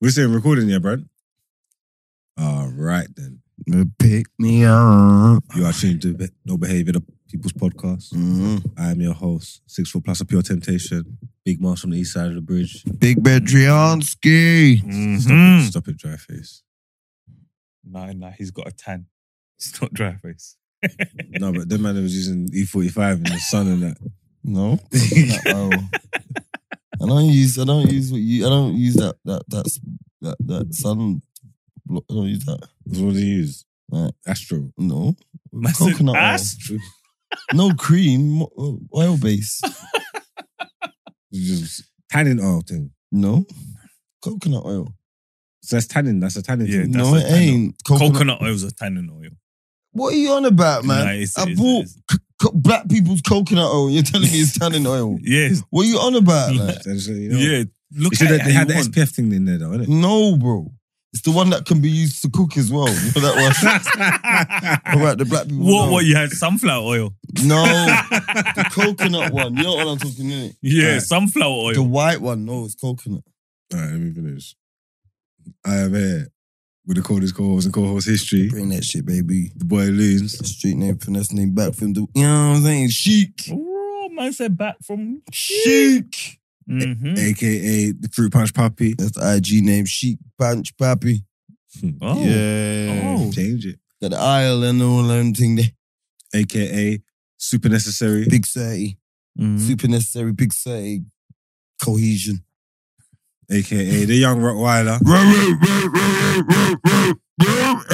We're still recording yet, Brad? All right then. Pick me up. You are tuned to Be- No Behavior, the People's Podcast. Mhm. I am your host, six foot plus of pure temptation, big Mars from the east side of the bridge. Big Bedriansky. Hmm. Stop it, stop it, dry face. No, no, he's got a tan. It's not dry face. No, but them man was using E45 in the sun and that. No. Not at all. I don't use I don't use what you I don't use that that that's that that sun blo- I don't use that. What do you use? Uh, Right. Astro. No. Man said Coconut oil. ass. No cream. mo- uh, Oil base. You just tanning oil thing. No. Coconut oil. So that's tanning. That's a tanning Yeah, thing. that's no, a it ain't. Coconut. Coconut oil is a tannin oil. What are you on about, man? Nah, it's- I it's- bought it's- c- co- black people's coconut oil. You're telling me it's tannin oil. Yes. What are you on about? Like? So just, you know, Yeah. Look You at should have, it they how had you the want. Hmm. SPF thing in there though, innit? No, bro. It's the one that can be used to cook as well. You know that one? All right, the black people. what? know. What? You had sunflower oil. No, the coconut one. You know what I'm talking innit? Yeah, Right. sunflower oil. The white one. No, it's coconut. All right, let me finish. I am here with the coldest co-host and co-host history, Bring that shit, baby. the boy Loons. Street name, finesse name, back from the. You know what I'm saying? Chic, Oh, man said back from. chic. Mhm. Mm-hmm. aka the Fruit Punch Puppy. That's the IG name, Chic Punch Pappy. Oh. Yeah. Oh. Change it. Got the aisle and all them thing there. AKA Super Necessary. Big thirty, Mhm. super necessary. Big thirty, cohesion. AKA the Young Rottweiler.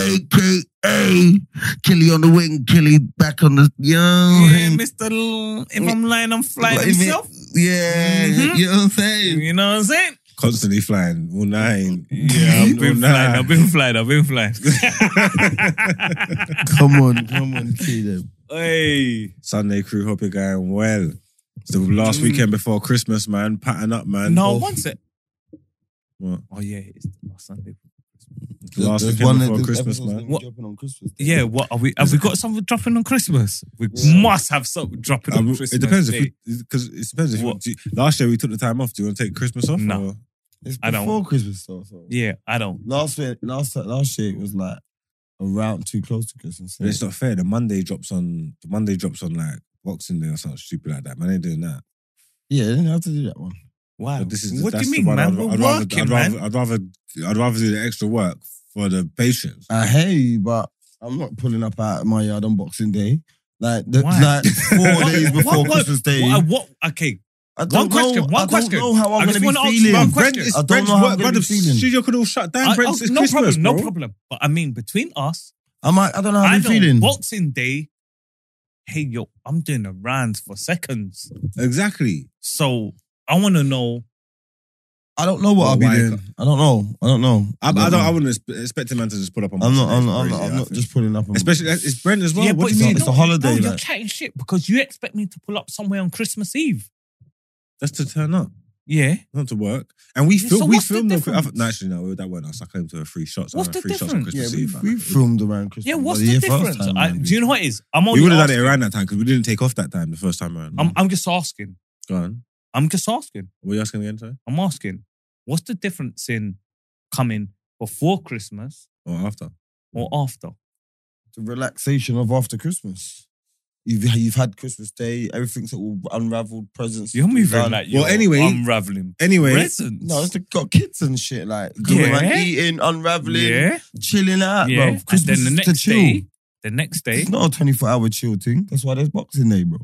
AKA Killy on the wing, Killy back on the Yeah, young. Mr. L- if I'm lying, I'm flying Like, himself. Yeah, Mhm. you know what I'm saying? You know what I'm saying? Constantly flying. All nine. Yeah, I've been Nah. flying. I've been flying. I've been flying. Come on, come on, kill them. hey. Sunday crew, hope you're going well. It's the last Mm. weekend before Christmas, man. Pattern up, man. No, off. one sec. What? Oh yeah, it's the last Sunday. The last There's weekend before there's Christmas, episodes man. Uh, gonna be What? dropping on Christmas Day. Yeah, what are we? Have we got something dropping on Christmas? We Yeah. must have something dropping Um, on Christmas. it depends Day. if because it depends if you, What? do you- last year we took the time off. Do you want to take Christmas off? No. or- It's I don't- before Christmas though. So. yeah, I don't. Last year, last last year it was like around too close to Christmas. But it's not fair. The Monday drops on the Monday drops on like Boxing Day or something stupid like that. Man, I ain't doing that. Yeah, they didn't have to do that one. Wow. But this is what do that's you the mean, one man? I'd, We're I'd rather, working, I'd man. rather, I'd rather, I'd rather do the extra work for the patients. I hear you, but I'm not pulling up out of my yard on Boxing Day. Like, the, Why? like four What- days what- before what- Christmas Day. What, uh, what, okay, I one question, one I question. don't know how I I'm just going wanna to ask be you feeling. one question. Brent is- I don't Brent's know how work- I'm gonna Brent's be feeling. Studio could all shut down. I- Brent's, oh, it's no Christmas, problem, bro. no problem. But I mean, between us, I might. I don't know how I I'm know feeling. Boxing Day. Hey yo, I'm doing the rounds for seconds, Exactly. so I want to know. I don't know what Oh Well, I'll be why- doing. I don't know. I don't know. I, I don't. know. I wouldn't ex- expect a man to just pull up on. I'm Boxing not. Day. I'm It's crazy, not. I'm not, I I'm not think. just pulling up. on- Especially it's Brent as well. yeah, what but do you mean? think? It's a holiday, No, you're like. chatting shit because you expect me to pull up somewhere on Christmas Eve. That's to turn up, Yeah. not to work. And we Yeah, film. so we what's the filmed. on- I difference? thought- no, actually, no, that weren't us. I came to a free shots. I What's ran the free shots on difference? Yeah, Christmas we, Eve. man. we filmed around Christmas. Yeah, what's year the for us difference? time, I, man. do you know what it is? I'm only We would have done it asking- around that time because we didn't take off that time the first time around. I'm, I'm just asking. Go on. I'm just asking. What are you asking again, sorry? I'm asking. What's the difference in coming before Christmas Or after? or after? the relaxation of after Christmas. You've you've had Christmas Day. Everything's all unraveled. Presents. You're moving done. like Well, you're anyway- unraveling Anyway, presents. No, it's got kids and shit like going Yeah. around eating, unraveling, yeah, chilling out, yeah. bro. and Christmas then the is to next chill. day, the next day. It's not a 24 hour chill thing. That's why there's Boxing Day, bro.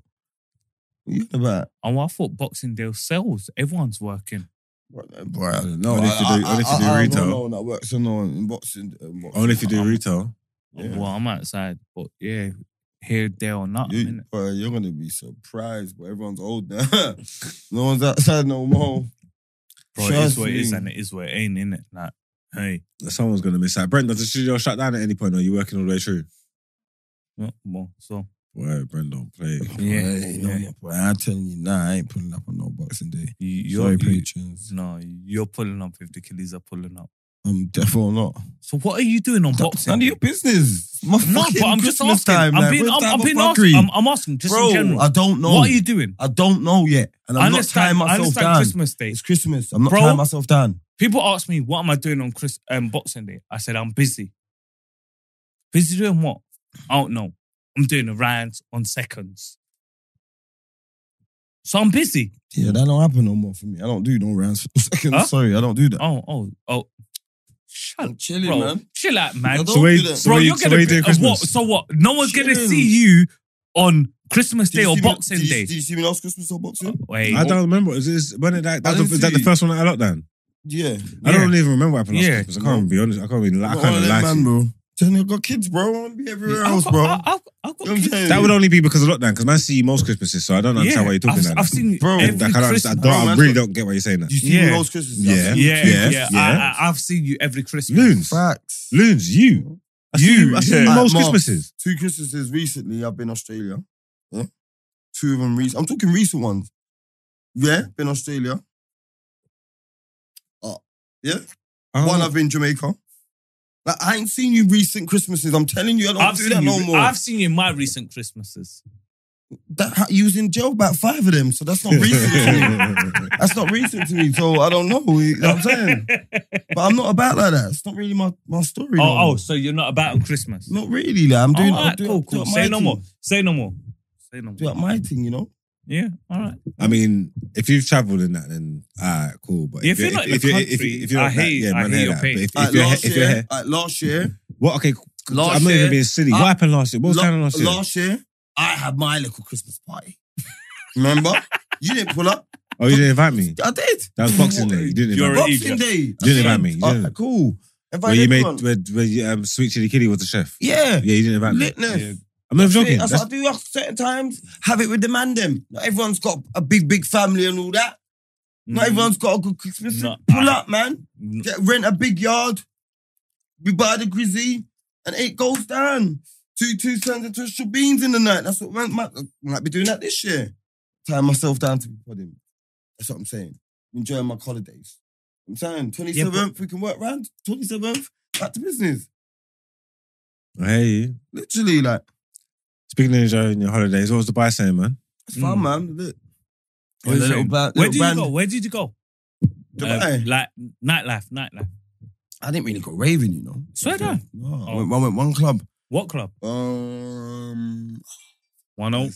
What you on about? Oh, I thought Boxing Day sells. Everyone's working. Bro, I don't know. Only if you do- I- I- only if you do I- I- I retail. don't know that works or not in boxing. in boxing. only if you do Um, retail. Yeah. Well, I'm outside, but yeah, here, there, or not. You, innit? bro, you're gonna be surprised, but everyone's old now. no one's outside no more. Bro, it is Trust what it is, me. and it is what it ain't, innit? Like, hey, Someone's going to miss out. Brent, does the studio shut down at any point or are you working all the way through? well, well, so Well, Brent, don't play. Yeah, Hey, no, yeah. bro, I'm telling you, nah, I ain't pulling up on no boxing day. you, you're Sorry, you- patrons. No, you're pulling up if the kiddies are pulling up. I'm Um, definitely not. So what are you doing on That's Boxing none of Day? your business. It's My No, fucking but I'm just Christmas asking. Time, I'm like, being, where's I'm, time I'm for being fuckery? asking. I'm, I'm asking just bro, in general. I don't know. What are you doing? I don't know yet, and I'm I not tying understand. I myself understand down. Christmas Day. It's Christmas. I'm not Bro. tying myself down. People ask me, what am I doing on Chris um, Boxing Day? I said, I'm busy. Busy doing what? I don't know. I'm doing the rounds on seconds. So I'm busy. Yeah, that don't happen no more for me. I don't do no rounds for a second. Huh? Sorry, I don't do that. Oh, oh, oh. Shut up, chilling, bro. Chill out, man. I don't So where, do that. so Bro, where, you're you, so where gonna you doing be, uh, what? Christmas? So what? No one's gonna Chill. see you on Christmas Did Day you or see me- Boxing did you- Day. Did you see me last Christmas on Boxing? Wait, I don't remember. Is this when did that? That's the, didn't is that the see. first one out of lockdown? Yeah. I don't Yeah. even remember what happened last Yeah. Christmas. I can't be honest. I can't even. Lie. I I'm can't all even that lie to man, you. bro. Johnny, I've got kids, bro. I want to be everywhere I've else, got- bro. I- I've- I've You know got what I'm kids. saying? That would only be because of lockdown. Because man, see you most Christmases, so I don't understand why you're talking I've, like I've that. seen you Bro, I, every can't Christmas. understand. I, don't- I Bro, man, really don't get what you're saying. That you see Yeah. me last Christmas? Yeah. Yeah, Yeah, yeah. yeah. I, I, I've seen you every Christmas. loons, Facts. loons, you, I see You, you, I see you yeah. most Like, Mark, Christmases. Two Christmases recently, I've been Australia. Yeah. Two of them recent. I'm talking recent ones. Yeah, been Australia. Uh, yeah. Oh. One, Uh-huh. I've been Jamaica. Like, I ain't seen you recent Christmases. I'm telling you, I don't I've do that seen, no you, more. I've seen you in my recent Christmases. That, ha- you was in jail about five of them, so that's not recent to me. That's not recent to me, so I don't know. You know what I'm saying? But I'm not about like that. It's not really my, my story. no Oh, oh, more. so you're not about on Christmas? Not really. Like, I'm doing. all I'm right, doing- cool, I'm cool. doing Say my no thing. more. Say no more. Say no more. Doing my thing, you know. Yeah, all right. I mean, if you've travelled in that, then alright, cool. But If you're not in the you're- country, you're I like that, hear- yeah, I man, hear your that. pain. But If, Like, if you're, last he- if year, you're, he- like, last year, what? Okay, Last I'm not year, even being silly. I- what happened last year? What was la- going on last year? year, I had my little Christmas party. Remember? you didn't pull up. oh, you didn't invite me. I did. That was Boxing Day. You didn't You're invite me. an Boxing idiot. Day. You didn't invite me. You Ah, didn't. cool. Where Invited you made everyone. where, where you, um, Sweet Chili Kitty was the chef. Yeah. Yeah, you didn't invite me. Litness. Yeah. I'm not joking. That's, That's- what I do at certain times. Have it with the man them. Not everyone's got a big, big family and all that. Mm. Not everyone's got a good Christmas. No, Pull I- up, man. Mm, Get rent a big yard. We buy the grizzly, and it goes down. Two two turns into extra beans in the night. That's what man, man, might be doing that this year. Tying myself down to be putting. That's what I'm saying. Enjoying my holidays. I'm saying 27th, we can work round. 27th, back to business. I hear you. Literally, like, Speaking of enjoying your holidays, what was the buy saying, man? it's fun, Mm. man. Look. What is A little it? ba- Where little did you band- go? Where did you go? Dubai. Um, like nightlife, nightlife. I didn't really go raving, you know. Swear Okay. down. No, I, Oh. went, I went one club. What club? Um, One Oak.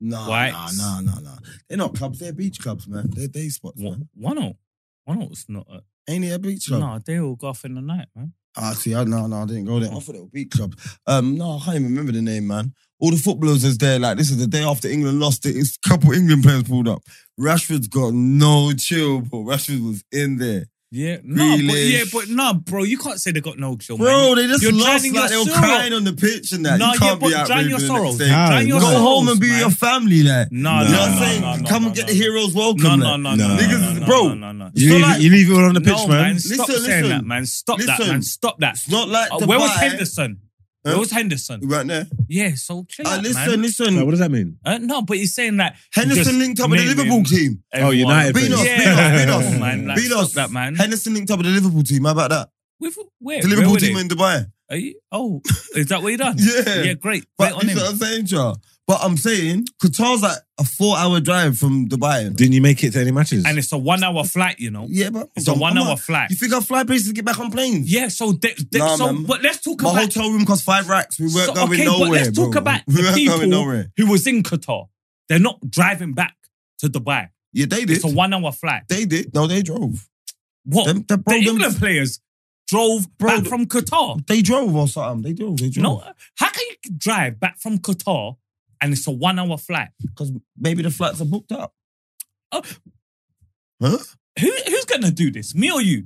nah, nah, Whites. nah, nah, nah. They're not clubs. They're beach clubs, man. They're day spots, Wha- man. One Oak. One Oak's not. A, Ain't they a beach club? no, they all go off in the night, man. Ah, see, I, no, no, I didn't go there. Oh. I thought it was beach club. Um, no, I can't even remember the name, man. All the footballers is there. Like this is the day after England lost. It. It's a couple England players pulled up. Rashford's got no chill, bro. Rashford was in there, Yeah, no, but Grealish. yeah, but no, bro, you can't say they got no chill, Oh, man. bro. They just You're lost. drowning Like, they your were sorrow. crying on the pitch and that. Nah, you yeah, can't but be out drown raving your the next sorrows. day. Nah, Drown your go Go sorrows, home and be with man. your family, like. You No, You know no, what I'm no, saying? no, no, Come no, and get no, the heroes welcome. No, no, like. no, Nah. no, Niggas no, is no, bro. No, no, no. You So leave, like- you leave it all on the pitch, No, man. man, stop Listen, saying listen. that, man. Stop that, Listen. man. Stop that. It's not like Uh, Dubai. where was Henderson? Where Huh? was Henderson? We weren't there. Yeah, so chill Uh, out, listen, man. Like, listen. what does that mean? Uh, no, but he's saying that Just Henderson linked up with the naming Liverpool team. Oh, everyone- United Beat us, fans. beat us, beat us. Oh, man, like, beat stop us. that, man. Henderson linked up with the Liverpool team. How about that? With, where? The where Liverpool were team they? in Dubai. Are you, oh, is that what you done? Yeah. yeah, great. Wait But on you him. know what I'm saying, Jar? But I'm saying Qatar's like a four hour drive from Dubai. you know? Didn't you make it to any matches? And it's a one-hour flight, you know. Yeah, but It's a one-hour I'm flight. not- You think I fly places to get back on planes? Yeah, so they, they, Nah, so man. but let's talk My about hotel room cost five racks. We weren't so, going okay, nowhere. but let's talk bro. about we the weren't going people nowhere. who was in Qatar. They're not driving back to Dubai. Yeah, they did. It's a one-hour flight. They did. No, they drove. What? Them, the, the bro, them- England players drove Bro, back the- from Qatar. they drove or something. They drove. They drove. No, how can you drive back from Qatar and it's a one-hour flight? because maybe the flights are booked up. Oh. Huh? Who, who's gonna do this? Me or you?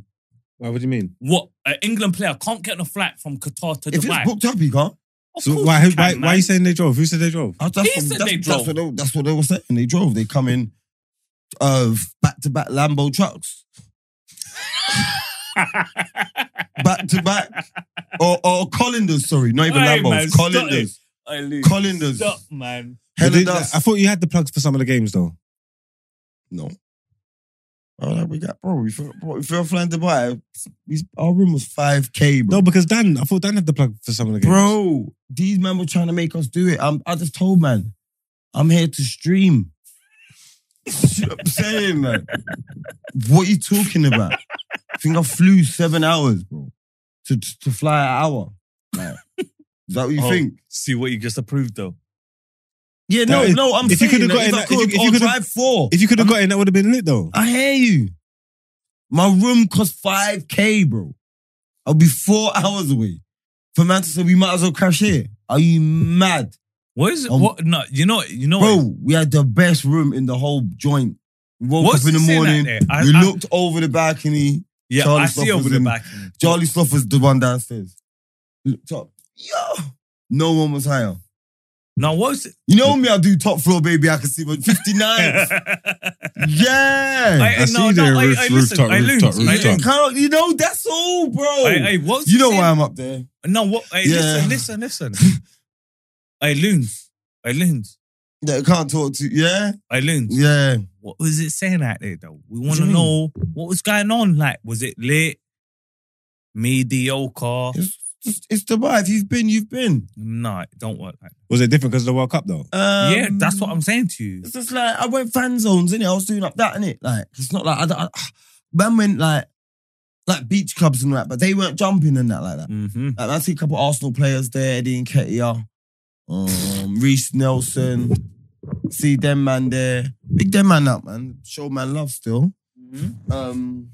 Why, what do you mean? What? An England player can't get on a flight from Qatar to If Dubai. it's booked up, you can't. Of So course why, you why, can, why are you man. saying they drove? Who said they drove? Uh, That's, He said that's, they that's drove. what they, that's what they were saying. They drove. They come in uh, back to back Lambo trucks, back to back, or, or Collinders. Sorry, not even Hey, Lambos. man, stop Collinders. Hey, Lou, Collinders. Stop, man. But Helen did- I thought you had the plugs for some of the games, though. No. Oh, like, we got bro. If we bro, if we were flying Dubai, we, our room was five k, bro. No, because Dan, I thought Dan had the plug for some of the games. Bro, these men were trying to make us do it. I'm, I just told man, I'm here to stream. You know what I'm saying, man. What you talking about? think I flew seven hours, bro, to to, to fly an hour. Like, is that what you Oh, think? See what you just approved though. Yeah, No, no, if- no. I'm if you saying could've that got in if I that- if could, you- if you I'll could've- drive four. If you could have got in, that would have been lit though. I hear you. My room cost five k, bro. I'll be four hours away. For man to say we might as well crash here. Are you mad, What is it? Um, what? No, you know, you know, what- bro? We had the best room in the whole joint. We woke What's up in this the in that morning. there? I- we I- looked over the balcony. yeah, Charlie I see Slough over was the in- back. Charlie Slough was the one downstairs. Looked up. Yo, no one was higher. Now what's it? You know me, I do top floor, baby. I can see my 59. yeah. I- see no, you no, there, I- roof- I rooftop, listen, I rooftop, listen, I rooftop. listen. Carl, you know, that's all, bro. Hey, hey, what's you know this in- why I'm up there. No, what? Hey, Yeah. listen, listen, listen. I loons. I loons. That I can't talk to. Yeah? I loons. Yeah. What was it saying out there though? We want do to you mean? know what was going on. Like, was it lit? Mediocre? It's, it's, it's Dubai. If you've been, you've been. No, it don't work like Was it different because of the World Cup though? that. Um, yeah, that's what I'm saying to you. It's just like, I went fan zones, innit? I was doing up that, innit? Like, it's not like, I, don't- I, man went like, like beach clubs and that, but they weren't jumping and that like that. Mm-hmm. Like, I see a couple of Arsenal players there, Eddie Nketiah, um, Reese Nelson. See them man there. Big them man up, man. Show man love still. Um,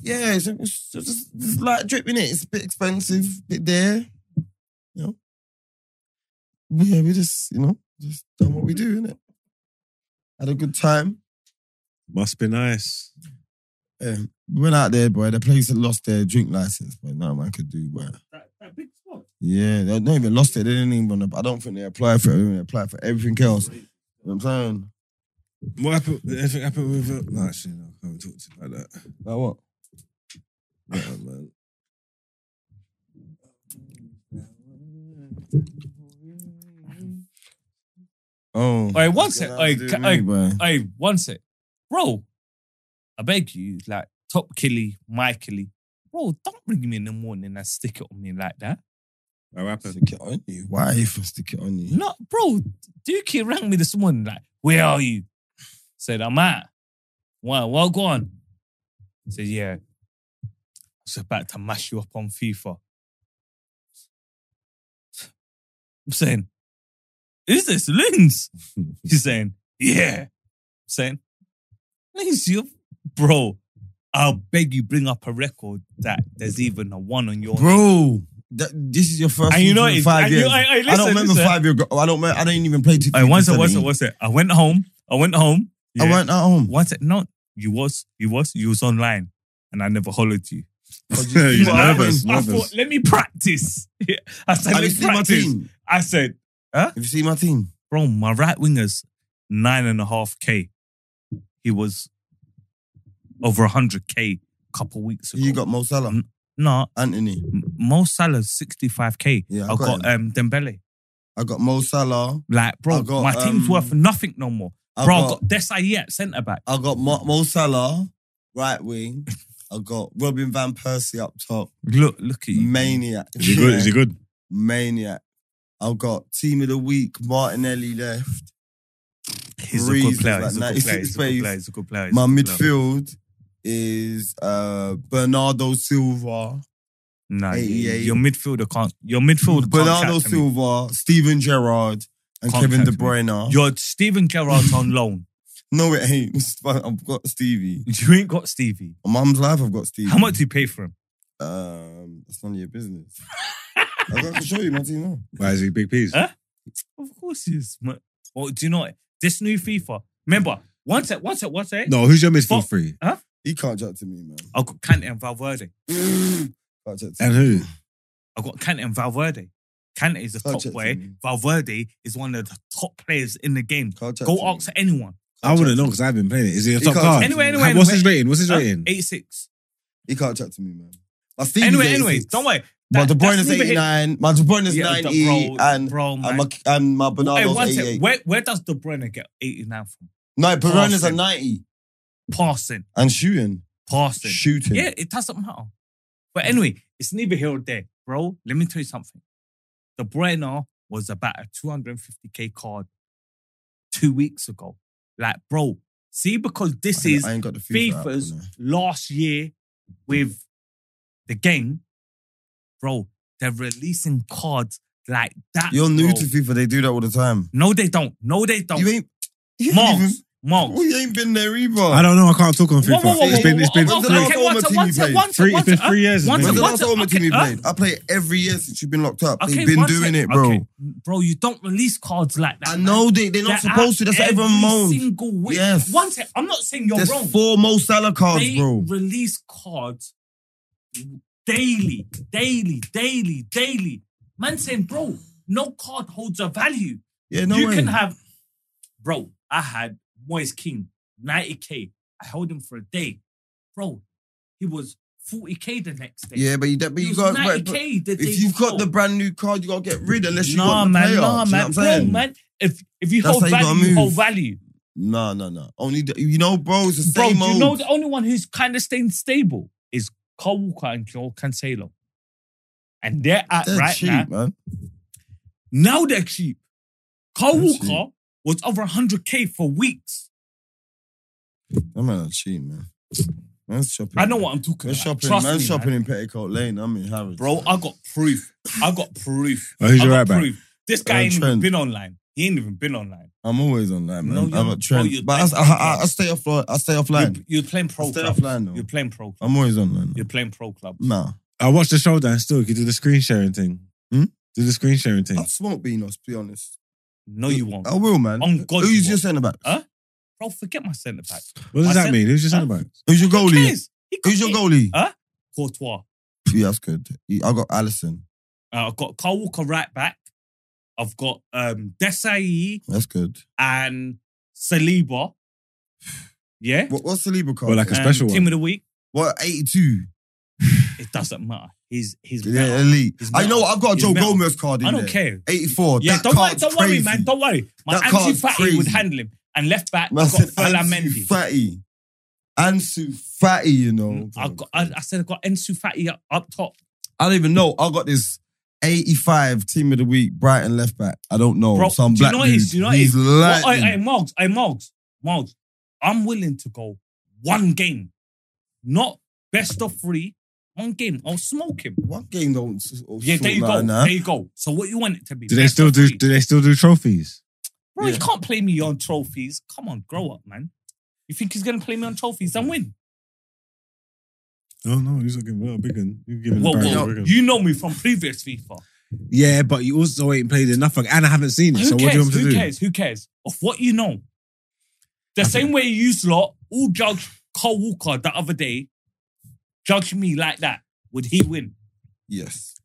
yeah, it's, it's just it's like dripping it. It's a bit expensive, bit there. You know. Yeah, we just, you know, just done what we do, innit? Had a good time. Must be nice. Yeah. We went out there, boy. The place had lost their drink license, but no man could do, boy. That, big spot. Yeah, they not even lost it. They didn't even. I don't think they applied for it. They applied for everything else. You know what I'm saying? What happened? Anything happened with it? No, actually, no, I can't talk to you like that. Like what? That one, man. Oh, All right, one sec. Got All nothing right, to do ca- with all right, me, boy. Hey, one sec. Bro, I beg you, like, top killy, my killy. Bro, don't ring me in the morning and stick it on me like that. What happened? Stick it on you. Why are you for stick it on you? No, bro, Dookie rang me this morning, like, where are you? Said, I'm at. Why? Well, go on. Said, yeah. I was about to mash you up on FIFA. I'm saying, is this Lins? He's saying, yeah. I'm saying, Lins, you bro, I'll beg you bring up a record that there's even a one on your bro. That, this is your first. And you know season in it- five and you- years. I- I- I listen, don't remember listen. five years ago. I don't. me- I didn't even play. I once, I once, I 2017. once. I went home. I went home. I went at home. Once, I- no, you was, you was, you was online, and I never hollered you. You're But I- nervous, I, nervous. thought, let me practice. Yeah. I said, Have you let's seen my practice. team? I said, Have you seen my team? bro, my right winger's nine and a half k. He was over hundred k a couple weeks ago. You got Mo Salah, Mm. no Anthony. M- Mo Salah's sixty five k. Yeah, I I got got um, Dembele. I got Mo Salah. Like, bro, I got, my team's um, worth nothing no more. I bro, I got- got Desai at centre back. I got Mo, Mo Salah, right wing. I got Robin van Persie up top. Look, look at you. Maniac. Is he good? Is he good? Maniac. I've got team of the week, Martinelli left. He's a Reasons good player. like He's a that. good He's player. in space. He's a good player. He's a good player. My He's a good player. midfield is uh, Bernardo Silva. Nah, you- 88. your midfielder can't. Your midfield. Bernardo Bernardo Silva. Silva, Steven Gerrard, and Can't Kevin De catch me. Bruyne. Your Steven Gerrard's on loan. No, it ain't. It's fine. I've got Stevie. You ain't got Stevie. On mum's life, I've got Stevie. How much do you pay for him? Um, that's none of your business. I can show you my team now. Why is he big piece? Huh? Of course he is. man. Well, Oh, do you know what? this new FIFA? Remember, one sec, one sec, one sec. No, who's your Fuck. midfield three? He can't chat to me, man. I got Kante and Valverde. Oh. Can't chat to And me. who? I got Kante and Valverde. Kante is the Can't top chat to player. me. Valverde is one of the top players in the game. Can't chat Go to me. ask anyone. I wouldn't know because I haven't playing it. Is he a He top can't- card? Anyway, anyway, What's anyway. his rating? What's his rating? Eight six. He can't chat to me, man. My Stevie's Anyway, 86. anyway, don't worry. My That- De Bruyne that's is neither here- 89. My De Bruyne is Yeah, 90. bro, and, bro, and, man. my, and my Hey, Bernardo's one sec. 88. Where, where does De Bruyne get 89 from? No, Pereira's a Passing. 90. Passing. And shooting. Passing. Shooting. Yeah, it doesn't matter. But anyway, it's neither here or there, bro. Let me tell you something. De Bruyne was about a 250k card two weeks ago. Like, bro, See, because this I- is I ain't got the FIFA app, FIFA's you know. last year with the game, bro. They're releasing cards like that. You're new bro. to FIFA. They do that all the time. No, they don't. No, they don't. You ain't. You Marks. ain't even- Marks. Well, you ain't been there either. I don't know. I can't talk on Whoa, FIFA. whoa, whoa, It's been it's whoa, been whoa, When's whoa, the last okay, one Ultimate sec, Team one you sec, played? one sec, Three- one it's been sec, three uh, years it's one been When's sec, the one last sec, Ultimate okay, Team you uh, played? I play it every year since you've been locked up. Okay, They've been one doing sec. it, bro. Okay, Bro, you don't release cards like that. I man. know they, they're not They're supposed to. out That's what everyone every moans. Single week. Yes. One sec. I'm not saying you're There's wrong. four Mo Salah cards, they bro. release cards daily, daily, daily, daily. Man saying, bro, no card holds a value. Yeah, no you way. can have, bro. I had Moise King, 90k. I held him for a day, bro. He was 40k the next day. yeah, but you, but he you was got. but- 90k the day If you've got before. the brand new card, you gotta get rid unless you nah, want the man, player. Do you nah, know man, what I'm bro, saying? man. If if you That's hold how you gotta value, you hold move. value, No, no, no. Only the, you know, bro. It's the bro. same do you old. know the only one who's kind of staying stable is Carl Walker and Joel Cancelo, and they're at They're right cheap, now. man. Now they're cheap. Carl They're Walker was over 100k for weeks. Them men are cheap, man. Man's shopping. I know what I'm talking They're about. shopping. Trust man's me, shopping man. in Petticoat Lane. I'm in Harrods. bro. I got proof. I got proof. Oh, who's I your got right back? proof. This guy Uh, ain't even Trent. been online. He ain't even been online. I'm always on that, No, man. you're I'm not. at Bro, you're Trent, but I, I, I, I stay offline. I stay offline. You're, you're playing pro Stay club. offline, though. You're playing pro. Club. I'm always online. You're playing pro club. Nah, I watched the showdown still. You do the screen sharing thing. Hmm? Do the screen sharing thing. I Oh, smoke Beanos. To be honest, No, you won't. I will, man. On God, you Who's your won't. centre back? Huh? Bro, forget my centre back. What does I that said- mean? Who's your Huh? centre back? Who's your Who goalie? cares? He got Who's your it. goalie? Huh? Courtois. Yeah, that's good. I got Allison. Uh, I've got Carl Walker right back. I've got um, Desai That's good. and Saliba. Yeah. What, what's the Libra card? Well, like a Um, special team one. of the week. What, 82? It doesn't matter. He's he's Yeah, better. elite. He's I know metal. I've got a He's Joe metal. Gomez card in I don't there. care. 84. Yeah, Oh, that don't worry, card's don't crazy. worry, man. Don't worry. My That anti card's fatty would crazy. handle him. And left back, Man I got said Fela Ansu Mendy. Fatty. Ansu Fatty, you know. Mm, I, got, I, I said I got Ensu Fatty up, up top. I don't even know. I got this 85 team of the week, Brighton left back. I don't know. Bro, Some do you black know what it is? dude. Do you know what it He's is? Well, I, I, lightning. Moggs, I, Moggs, Moggs, I'm willing to go one game, not best of three, one game. I'll smoke him. One game don't s- or Yeah, sort there you like go. that. There you go. So what you want it to be? Do they best still of do? three? Do they still do trophies? Bro, Yeah. you can't play me on trophies. Come on, grow up, man. You think he's gonna play me on trophies and win? Oh no, he's looking well big and you're giving Well, the Barry well, Wigan. you know me from previous FIFA. Yeah, but you also ain't played enough, like, and I haven't seen it. Who so what do you cares? want me to Who do? cares? Who cares? Of what you know. The same way you lot all judge Carl Walker the other day, judge me like that. Would he win? Yes.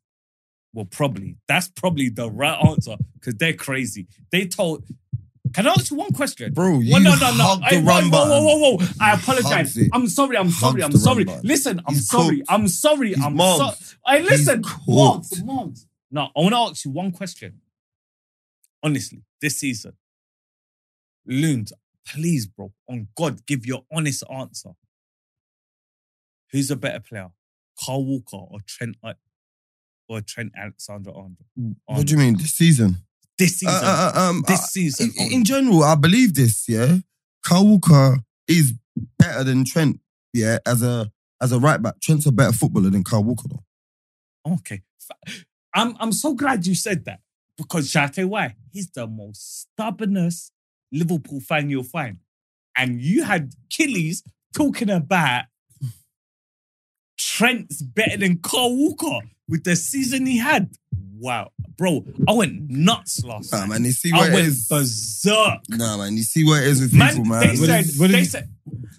Well, probably. That's probably the right answer because they're crazy. They told. Can I ask you one question? Bro, you Well, no, no, no. hugged Hey, the no, run whoa, button. whoa, whoa, whoa. I Hugs apologize. it. I'm sorry. I'm sorry. Hugs I'm the run sorry. button. Listen, I'm He's sorry. cooked. I'm sorry. He's I'm sorry. mugged. Hey, listen. cooked. Marks, Marks. No, I want to ask you one question. Honestly, this season, Loons, please, bro, on God, give your honest answer. Who's a better player, Carl Walker or Trent or Trent Alexander Arnold? What do you mean? This season? This season, Uh, uh, uh, um, this uh, season, in, in only. general, I believe this. Yeah, Kyle Walker is better than Trent. Yeah, as a as a right back, Trent's a better footballer than Kyle Walker. Though. Okay. F- I'm I'm so glad you said that because shall I tell you why? He's the most stubbornest Liverpool fan you'll find. And you had Killies talking about Trent's better than Carl Walker with the season he had. Wow, bro, I went nuts last Nah, night. man, you see what I it went is. berserk. Nah, man, you see what it is with Man, people, man. they What said, is- what they is- said,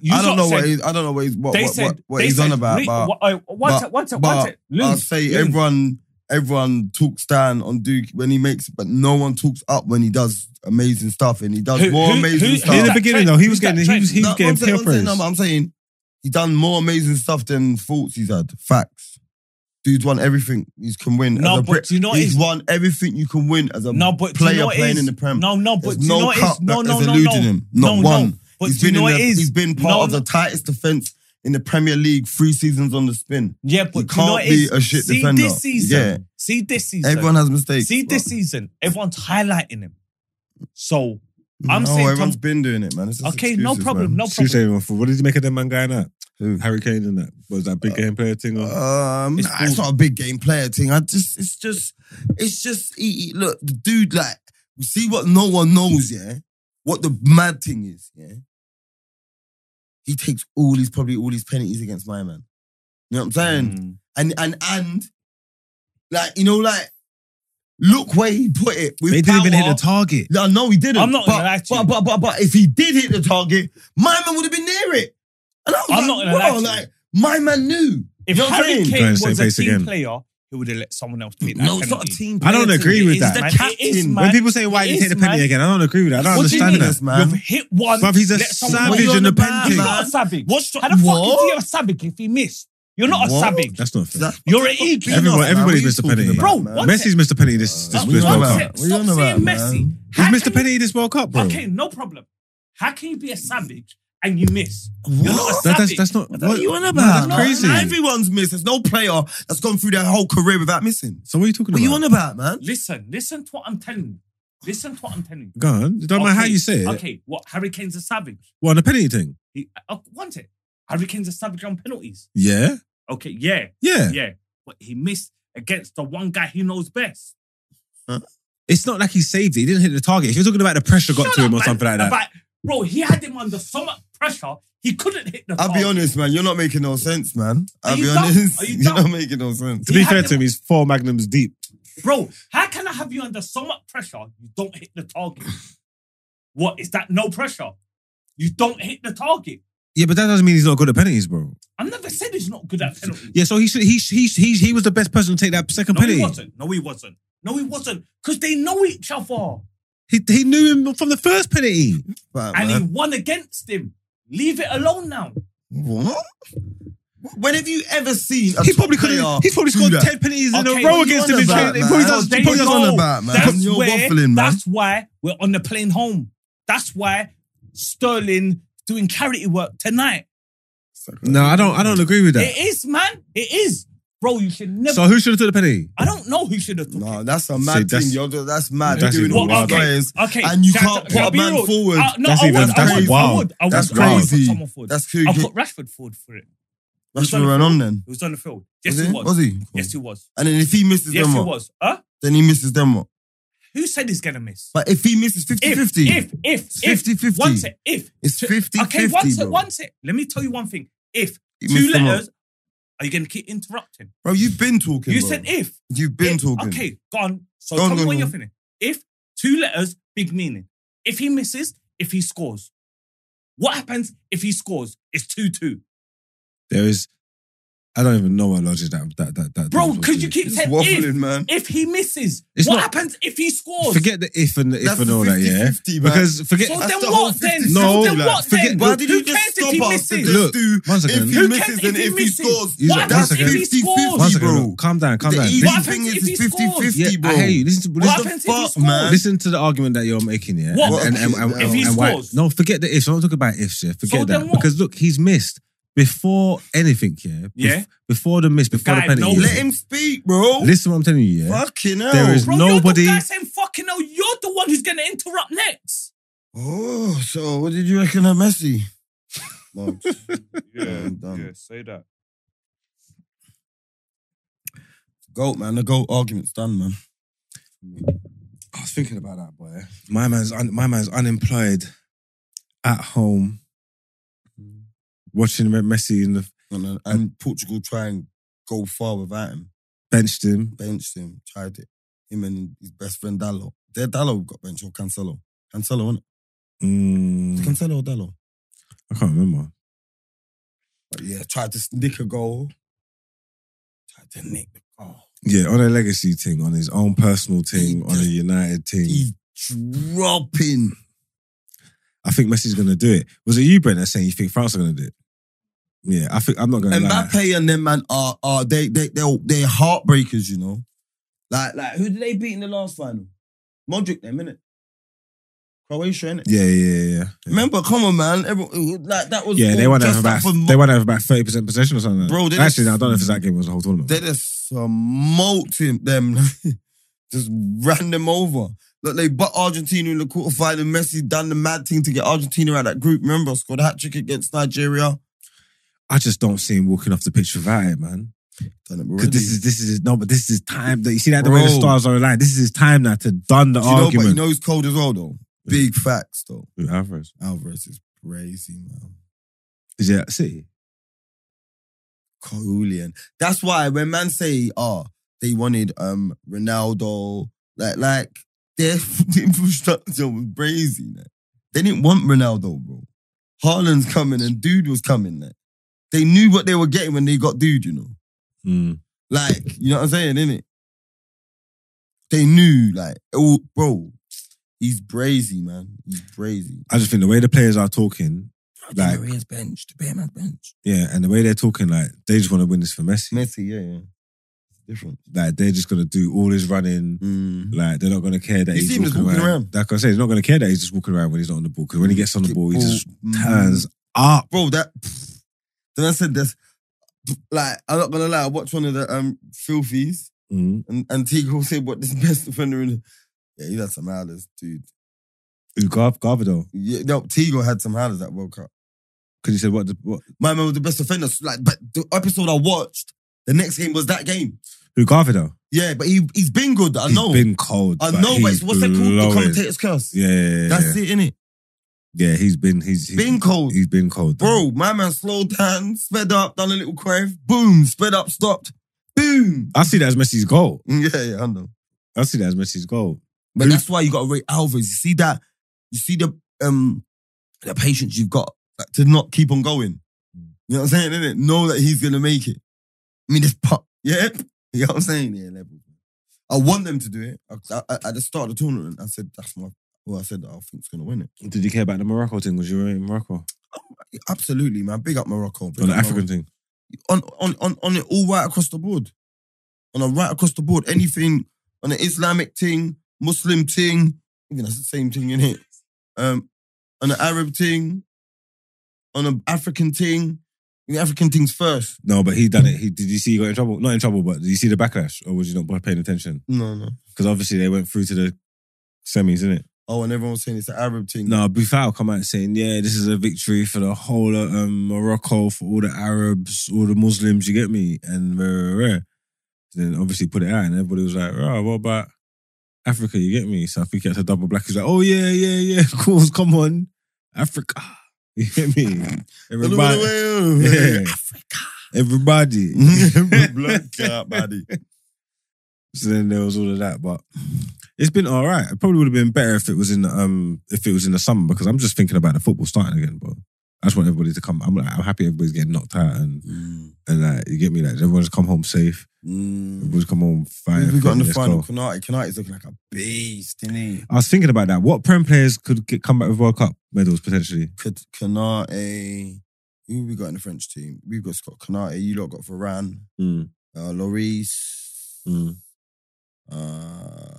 I don't know what what he's, I don't know what he's what, they what, said, what, what they he's said, on about, re- but wha- uh, one but- sec, one sec, one but sec. Loons, I'll say loons. everyone everyone talks down on Duke when he makes, but no one talks up when he does amazing stuff and he does Who- more who- amazing who- stuff. In the That beginning, trend- though, he was that getting he was, he was No, getting one second, peer one second, praise. no, but I'm saying he done more amazing stuff than thoughts he's had. Facts. Dude's won everything he can win. No, as a but Brit. do you know what he's is- won everything you can win as a No, but do Um, player you know what it playing is? in the Prem. No, no, but There's do you no know what it cup is? No, that no, has no, eluded no. him. Not no, one. No. But he's do you been know in what the, it is? he's been part No, of the no. tightest defense in the Premier League three seasons on the spin. Yeah, but You do you know can't what it is? be a shit See defender. this season. Yeah. See this season. Everyone has mistakes. See bro. this season. Everyone's highlighting him. So I'm no, saying everyone's Tom- been doing it, man. It's just Okay, no excuses, problem, man. no Shoe problem. saving for what did you make of them man guy that Who? Harry Kane and that was that big game player thing? Or? Um, It's nah, it's bull- not a big game player thing. I just, it's just, it's just. he- he- Look, the dude, like, you see what no one knows, yeah. What the mad thing is, yeah. He takes all his probably all his penalties against my man. You know what I'm saying? Mm. And and and, like you know, like look where he put it. With They didn't even hit power. the target. No, no, he didn't. I'm not but, gonna lie to but, you. but but but if he did hit the target, my man would have been near it. And I was I'm like, not gonna lie "Bro, to you." like my man knew. If You know what I'm Harry Go saying? in Kane the same was a place team again. player, he would have let someone else take that No, it's not a penalty. team. I don't player agree thing. with It that. is Man, The captain. when people say why did It you take the is, penalty man. again, I don't agree with that. I don't What do you understand mean? that. man. You've hit one. Bruv, he's a let someone savage else- in on the the penalty. band, He's man. not a savage. What's How the fuck What? is he a savage if he missed? You're not a What? savage. That's not fair. That- You're that's an E not eagle. being Everyone- us, man. everybody's What are you Mr. talking Penny. about, Bro, man? what- Messi's Mr. Penny this this, Stop this saying World that. Cup. What Stop are you on saying about, Messi. man? How He's Mr. can- Penny this World Cup, bro. Okay, no problem. How can you be a savage and you miss? You're not a That- What? that's savage. that's not. What are you on about? That's crazy. Man, Everyone's missed. There's no player that's gone through their whole career without missing. So what are you talking What are about? you on about, man? Listen, listen to what I'm telling you. Listen to what I'm telling you. Go on. It don't matter how Okay, you say it. Okay, what? Harry Kane's a savage. Well, on the penalty thing. He, uh, I, I want it. Harry Kane's a savage on penalties. Yeah. Okay, yeah, Yeah. yeah. But he missed against the one guy he knows best. It's not like he saved it. He didn't hit the target. If you're talking about the pressure got Shut to him up, or man. something like that. About- bro, he had him under so much pressure, he couldn't hit the I'll be target. honest, man. You're not making no sense, man. Are I'll you be dumb? honest. Are you You're not dumb? making no sense. To be He had fair him- to him, he's four magnums deep. Bro, how can I have you under so much pressure? You don't hit the target. what is that? No pressure. You don't hit the target. Yeah, but that doesn't mean he's not good at penalties, bro. I never said he's not good at penalties. Yeah, so he should. He he he, he was the best person to take that second no, he penalty. wasn't. No, he wasn't. No, he wasn't. Because they know each other, He, he knew him from the first penalty. But, and man. he won against him. Leave it alone now. What? When have you ever seen a He top probably could. player He's probably do scored that? ten penalties in Okay, a row what you against on him. He about, probably man? does. They He probably does know. on about, man. That's You're where. waffling, man. That's why we're on the plane home. That's why Sterling doing charity work tonight. No, I don't. I don't agree with that. It is, man. It is, bro. You should never. So who should have took the penalty? I don't know who should have took it. No, that's a See, mad that's- thing. You're, that's mad. That's You're even doing all wild. these Okay. players. Okay, And you Can I- can't can I put a be man real? forward. Uh, no, That's I even- would, that's I would, I wild. would, I would, That's I would wild. put someone forward. That's who. I put Rashford forward for it. That's He's on the where on then. He was on the field. Was Yes, he? he was. Was he? Yes, he was. And then if he misses Yes, them he up, was. Huh? then he misses them up. Who said he's gonna miss? But if he misses 50 If, 50, if, if, It's if, 50-50. one sec, if. it's 50 Okay, 50. one sec, bro. one sec. Let me tell you one thing. If He two missed them up. letters, are you gonna keep interrupting? Bro, you've been talking. You bro. said if. You've been if, talking. Okay, go on. So Go tell on, me go on, when go you're on. finished. If two letters, big meaning. If he misses, if he scores. What happens if he scores? It's 2 2. There is. I don't even know what logic that that that. that Bro, that- could you keep Just saying waffling, if, man. if he misses? It's what not- happens if he scores? Forget the if and the if That's and all that, yeah. 50-50, man. Because forget. so that's then the whole what then? 50-50 No, so then like, what then? forget- Why did Who you just cares if he stop us to misses? just Look, do one if second. he Who misses cares and if he if he misses? scores? He's like, That's one second. 50 one 50, second, bro. look, calm down, calm The down. easy This- happens thing if is he it's 50 scores? 50, bro. I hear you. Listen, to, What listen, happens if he fuck, scores? man. listen to the argument that you're making, yeah. What? And, and, and, If and, he and why- scores? no, forget the ifs. I'm not talking about ifs, yeah. Forget So then that what? because look, he's missed before anything, yeah. Bef- Yeah. Before the miss, before the, guy penalty. knows yeah. Let him speak, bro. Listen, to what I'm telling you, yeah. Fucking hell. There is Bro, Nobody- you're the guy saying fucking hell. You're the one who's going to interrupt next. Oh, so what did you reckon of Messi? No, I'm done. say that. goat, man. The goat argument's done, man. I was thinking about that, boy. My man's un- my man's unemployed, at home, Mm. watching Messi and the And, uh, and Portugal try and go far without him. benched him. Benched him, tried it. Him and his best friend Dallo. Their Dallo got benched or Cancelo. Cancelo, innit? Mm, Cancelo or Dallo? I can't remember. But yeah, tried to nick a goal. Tried to nick the goal. Yeah, on a legacy thing, on his own personal thing, on a just- United thing. He's dropping. I think Messi's gonna do it. Was it you, Brent, that's saying you think France are gonna do it? Yeah, I think I'm not gonna lie. Mbappe and them man are are they they they they're heartbreakers, you know. Like like who did they beat in the last final? Modric them, innit? Croatia, innit? Yeah, yeah, yeah, yeah. Remember, come on, man. Everyone, like that was Yeah, they all won over dressed about up for Mo- they won over about thirty percent possession or something. Bro, they actually, just- no, I don't know if it's that game was the whole tournament. They just smoked him, them. just ran them over. Look, they butt Argentina in the quarterfinal. Messi done the mad thing to get Argentina out of that group. Remember, scored a hat trick against Nigeria. I just don't see him walking off the pitch without it, man. Done it Because already. this is this is his no, but this is his time. That you see that the way the Bro. stars are aligned. This is his time now to done the Do you know, but you argument. know he's cold as well, though. Big facts, though. Who, Alvarez Alvarez is crazy, man. is he at City? Coolian. That's why when man say, oh, they wanted um Ronaldo, like like their infrastructure was crazy. Like. They didn't want Ronaldo, bro. Haaland's coming and dude was coming. Like. They knew what they were getting when they got dude, you know. Hmm. Mm. Like, you know what I'm saying, innit? They knew, like, oh, bro, he's brazy, man. He's brazy. I just think the way the players are talking, Like- Nigeria's bench, the bare man's bench. yeah, and the way they're talking, like they just want to win this for Messi. Messi, yeah, yeah. Different. Like they're just gonna do all his running. Mm. Like they're not gonna care that You he's see him just walking, walking around. around. Like I say, he's not gonna care that he's just walking around when he's not on the ball. Because when he gets on the ball, he just turns up. mm. Bro, that. Then I said this. Like, I'm not gonna lie, I watched one of the um filthies Mm. and, and Tigo said what this best defender in the Yeah, he had some howlers, dude. Ooh, Gar- Garvador, Yeah, no, Tigo had some howlers at World Cup. because he said what? The, what? My man was the best defender. so, Like, but the episode I watched, the next game was that game. Who Garvador? Yeah, but he he's been good. I He's know. been cold. I know, but he's it's what's that called? The blowing. commentator's curse. Yeah, yeah, yeah, That's yeah. it, innit? Yeah, he's been he's, he's Been cold. He's been cold, Bro, my man slowed down, sped up, done a little curve, boom, sped up, stopped, boom. I see that as Messi's goal. Yeah, yeah, I know. I see that as Messi's goal. But that's why you got to rate Alvarez. You see that? You see the um the patience you've got like, to not keep on going. Mm. You know what I'm saying? Innit? Know that he's gonna make it. I mean, this pop. Yeah, you know what I'm saying? Yeah, level. I want them to do it. I, I, at the start of the tournament, I said that's my. Well, I said that I think's gonna win it. Did you care about the Morocco thing? Was you were in Morocco Absolutely, man. Big up Morocco. Big or the up African thing? on on on on it all right across the board, on a right across the board. Anything on the Islamic thing, Muslim thing, even that's the same thing in it. Um, on the Arab thing, on the African thing. The African things first. No, but he done it. He did. You see, he got in trouble. Not in trouble, but did you see the backlash, or was you not paying attention? No, no. Because obviously they went through to the semis, isn't it? Oh, and everyone was saying it's the Arab thing. No, Bufal come out saying, "Yeah, this is a victory for the whole of um, Morocco, for all the Arabs, all the Muslims." You get me? And rare, rare, rare. then obviously put it out, and everybody was like, "Oh, what about Africa?" You get me? So I think he had to double black. He's like, "Oh yeah, yeah, yeah, of course, come on, Africa." You get me? Everybody, Yeah. everybody. Blood clot body. so then there was all of that, but. It's been all right. It probably would have been better if it was in the, um if it was in the summer because I'm just thinking about the football starting again, bro. I just want everybody to come. I'm like, I'm happy everybody's getting knocked out and Mm. and like you get me, like everyone's come home safe. Mm. Everyone's come home fine. We got in the let's final. go. Kanati. Kanati's looking like a beast, isn't he? I was thinking about that. What Prem players could get, come back with World Cup medals potentially? Kat- Kanate. Who we got in the French team? We've got Scott Kanate. You lot got Varane, Mm, uh, Lloris. mm. Uh,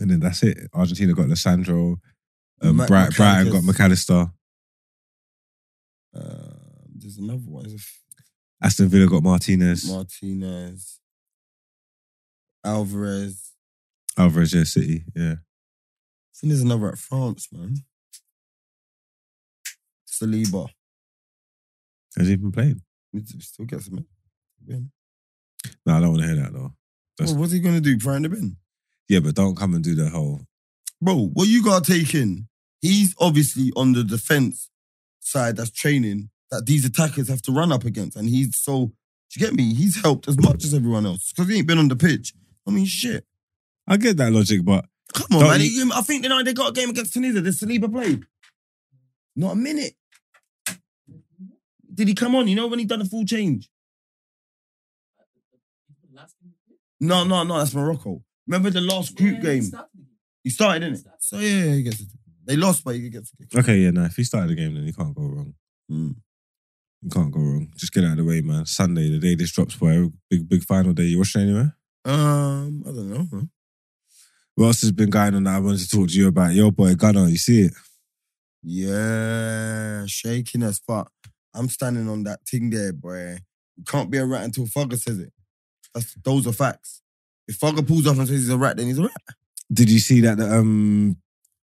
And then that's it. Argentina got Lissandro. Um, Mac- Bright, Brighton got McAllister. McAllister. uh, there's another one. There's a f- Aston Villa got Martinez. Martinez, Alvarez. Alvarez, yeah, City, yeah. I think there's another at France, man. Saliba. Has he been playing? We t- still get some. Win. No, I don't want to hear that though. That's- Bro, what's he gonna do? Pray in the bin, Yeah, but don't come and do the whole. bro. What you gotta take in? He's obviously on the defense side that's training that these attackers have to run up against. And he's so, do you get me? He's helped as much as everyone else because he ain't been on the pitch. I mean, shit. I get that logic, but Come on, Don't man. you- He- I think you know, they got a game against Tunisia. Did Saliba play? Not a minute. Did he come on? You know when he done a full change? No, no, no. That's Morocco. Remember the last group game? He started, didn't it? So yeah, yeah, he gets it. They lost, but he gets it. okay, yeah, no. If he started the game, then you can't go wrong. Mm. You can't go wrong. Just get out of the way, man. Sunday, the day this drops, boy. Big, big final day. You watching anywhere? Um, I don't know. huh? What else has been going on that I wanted to talk to you about? Your boy Gunner, you see it? Yeah, shaking us, but I'm standing on that thing there, boy. You can't be a rat until Fugger says it. That's those are facts. If Fugger pulls off and says he's a rat, then he's a rat. Did you see that the um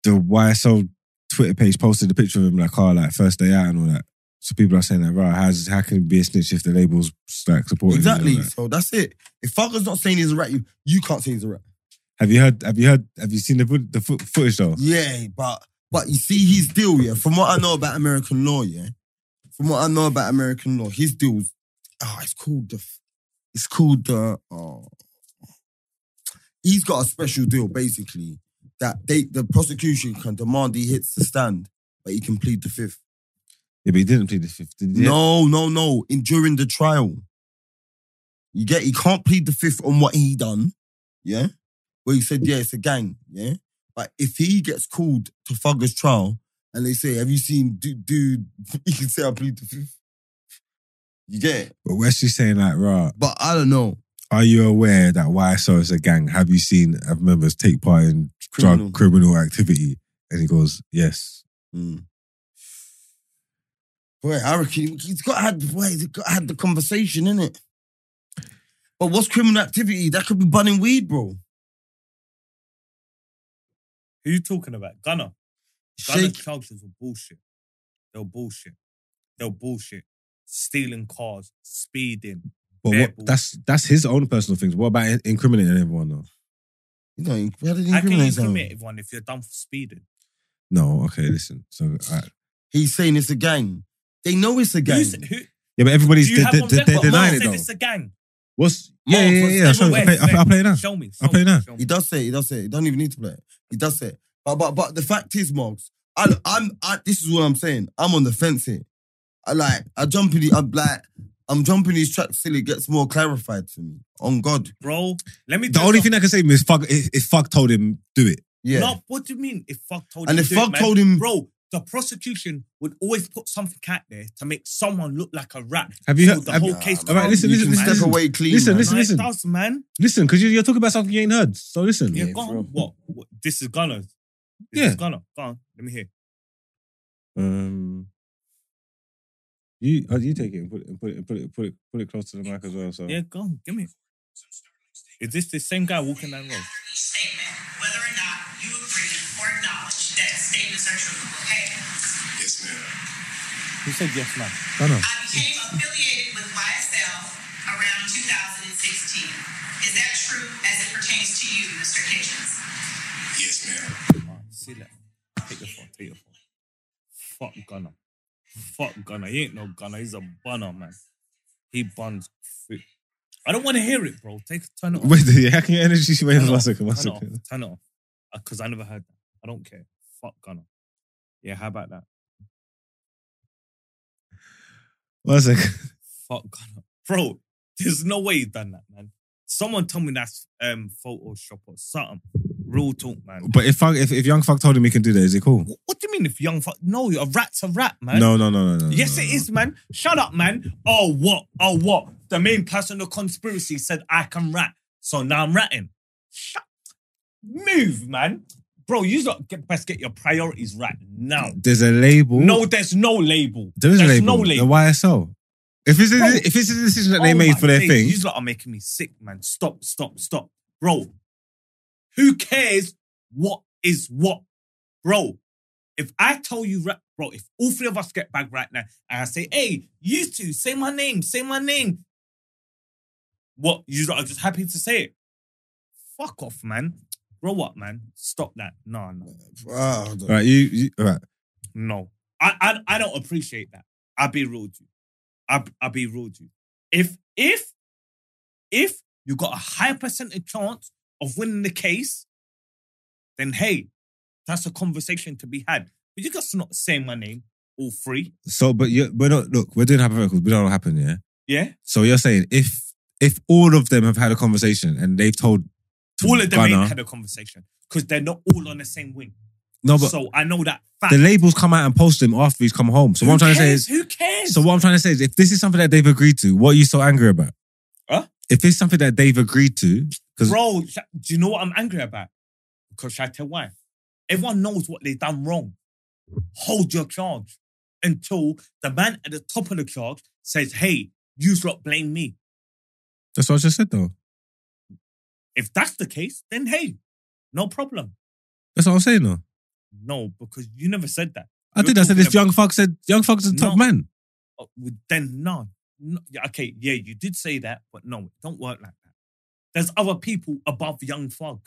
the YSL Twitter page posted a picture of him like, oh, like first day out and all that. So people are saying that, right? How's how can he be a snitch if the labels like supporting him and all Exactly. that? So that's it. If Fugger's not saying he's a rat, you, you can't say he's a rat. Have you heard? Have you heard? Have you seen the foot- the foot- footage though? Yeah, but but you see his deal, yeah. From what I know about American law, yeah. From what I know about American law, his deal was oh, it's called the it's called the oh. He's got a special deal basically that they the prosecution can demand he hits the stand, but he can plead the fifth. Yeah, but he didn't plead the fifth. Did he? No, no, no. In during the trial. You get he can't plead the fifth on what he done. Yeah. Where he said, yeah, it's a gang. Yeah. But if he gets called to Fugger's trial and they say, have you seen du- dude? He can say I plead the fifth. You get it? But Wesley's saying like, right, But I don't know. are you aware that YSL is a gang? Have you seen uh, members take part in Criminal. drug criminal activity? And he goes, yes. Mm. Boy, I reckon he's got had boy, he's got had the conversation, innit? But what's criminal activity? That could be bunning weed, bro. Who you talking about? Gunner. Gunner's Shake. charges were bullshit. They were bullshit. They were bullshit. Stealing cars, speeding. But Fair what, ball. that's that's his own personal things. What about in- incriminating everyone though? You know, how did he How can incriminate you someone? commit everyone if you're done for speeding? No, okay, listen. So all right. He's saying it's a gang. They know it's a gang. Who's, who, yeah, but everybody's do you they, have they, on they, record? are denying Mark it said though. It's a gang. What's yeah, Mark yeah, was yeah. yeah. So I everywhere. play, I, play- I play now. Show me. I'll play me, now. show me. he does say it. He does say it. He don't even need to play it. He does say it. But but but the fact is, Marks, I, I'm. I, this is what I'm saying. I'm on the fence here. I like. I jump in. The, I'm like. I'm jumping these tracks till it gets more clarified to me. On God, Bro, let me The do only something. thing I can say is fuck is, is fuck told him do it. yeah. No, what do you mean if fuck told and him if do it, Fug man? told him, Bro, the prosecution would always put something out there to make someone look like a rat. Have you So heard- the have- whole Nah, case? man. All right, listen, you listen, can listen, step listen. away clean. Listen, man. listen, No, listen. It does, man. Listen, because you, you're talking about something you ain't heard. So listen. Yeah, Yeah, go on. bro. What? what? This is Gunner. This Yeah. is Gunner. Go on. Let me hear. Um, you uh, you take it and put it and put it and put it put it put it close to the mic as well. So Yeah, go on. Give me. it. Is this the same guy walking down the road? each statement whether or not you agree or acknowledge that statements are true, okay? Yes, ma'am. He said yes, man. Gunner. I became affiliated with YSL around 2016. Is that true as it pertains to you, Mr. Kitchens? Yes, ma'am. Alright, see that. Take your phone. Take your phone. Fuck Gunner. Fuck Gunner. He ain't no Gunner. He's a bunner, man. He buns food. I don't want to hear it, bro. Take turn it off. Wait, yeah, how can your energy? Wait, Turn it one off. second, one Turn it off. second. Turn it off. Because I never heard that. I don't care. Fuck Gunner. Yeah, how about that? One second. Fuck Gunner. Bro, there's no way he's done that, man. Someone tell me that's um Photoshop or something. Real talk, man. But if fuck, if, if young fuck told him he can do that, is it cool? Wh- What do you mean if young fuck? No, a rat's a rat, man. No, no, no, no, no. Yes, no, it no. is, man. Shut up, man. Oh, what? Oh, what? The main person of the conspiracy said I can rat, so now I'm ratting. Shut. Move, man. Bro, you lot get, best get your priorities right now. There's a label. No, there's no label. there is a there's label. no label. The YSL. If it's a, Bro. if it's a decision that Oh they made my for their days, thing, You lot are making me sick, man. Stop, stop, stop. Bro, who cares what is what? Bro, if I tell you, right, bro, if all three of us get back right now and I say, hey, you two, say my name, say my name. What? You lot are just happy to say it. Fuck off, man. Grow up, man. Stop that. No, no, Ah, I don't- right? You, you all right? no. I, I, I don't appreciate that. I'll be rude to you. I'll, I'll be rude to you. If if if you got a high percentage chance of winning the case, then hey, that's a conversation to be had. But you guys not say my name, all three. So, but you, we're not. Look, we're doing hypotheticals. We don't know what happened. Yeah. Yeah. So you're saying if if all of them have had a conversation and they've told All of them Gunner- ain't had a conversation because they're not all on the same wing. no, but so I know that fact. the labels come out and post them after he's come home. So what Who I'm trying cares? to say who cares? is, so what I'm trying to say is, if this is something that they've agreed to, what are you so angry about? Huh? If it's something that they've agreed to, because Bro, sh- do you know what I'm angry about? Because shall I tell why? Everyone knows what they done wrong. Hold your charge until the man at the top of the charge says, hey, you lot blame me. that's what I just said though. If that's the case, then hey, no problem. That's what I'm saying though. No, because you never said that. I You're think I said talking this young fuck said young fuck's a top No. man. Oh, well, then no. no. yeah, Okay, yeah, you did say that, but no, it don't work like that. There's other people above Young Thug.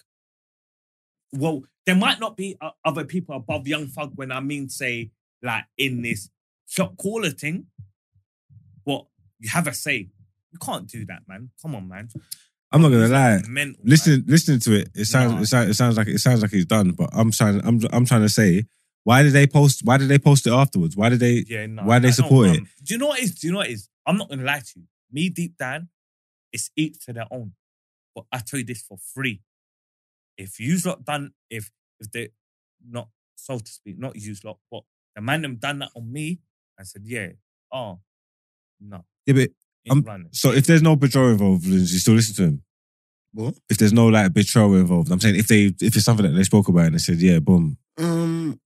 Well, there might not be uh, other people above Young Thug when I mean, say, like in this shot caller thing. But you have a say. You can't do that, man. Come on, man. I'm not gonna lie. Mental, man. Listening listening to it, it sounds No. it sounds it sounds like it sounds like he's done. But I'm trying I'm I'm trying to say, why did they post? Why did they post it afterwards? Why did they? Yeah, no. Why they I don't, support it? um, Do you know what it is? Do you know what it is? I'm not gonna lie to you. Me deep down, it's each to their own. But I tell you this for free. If you's lot done, if if they not so to speak, not you's lot, but the man them done that on me, I said, yeah, oh no, Yeah, but ain't I'm- running. so if there's no betrayal involved, then you still listen to him. What? If there's no like betrayal involved, I'm saying if they if it's something that they spoke about and they said, yeah, boom, Um,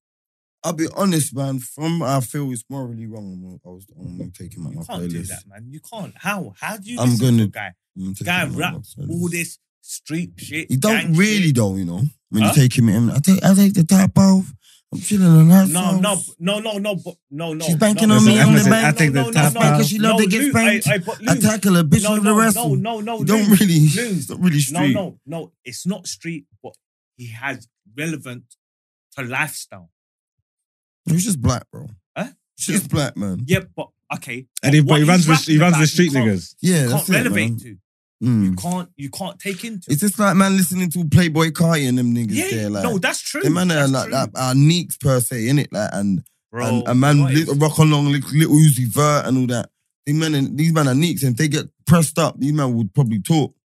I'll be honest, man. From what I feel it's morally wrong. I'm, I was I'm taking my You my can't do playlist. that, man. You can't. How? How do you I'm I'm gonna- gonna, guy? I'm taking Guy him out rap my playlist. all this street shit. You don't gang really shit. though, you know. When Huh? you take him in, I take I take the top off. I'm chilling on that. No, no, no, no, no, but no, no. She's banking no, on me, no, I'm no, the no, bank. no, I take the no, no, top no, out. Because she love to Lou, get spanked. I, I, but I Lou, tackle a bitch no, with the no, wrestle. No, no, no, You don't Lou, really. Lou. It's not really No, street. no, no. It's not street, but he has relevant to lifestyle. He's just black, bro. Huh? He's just black, man. Yeah, but okay. and he, but what he runs he's with he rapping runs about, with street you can't- niggas. Yeah, you Can't that's it, man. relevate to. You Mm. can't. You can't take into. It's just like man listening to Playboy Carti and them niggas yeah, there, like no, that's true. the man are that's like true. that are neeks per se, innit? Like and, bro. and a man what is- little rock along little, little Uzi Vert and all that. These men, and- these men are neeks, and if they get pressed up, these men would probably talk.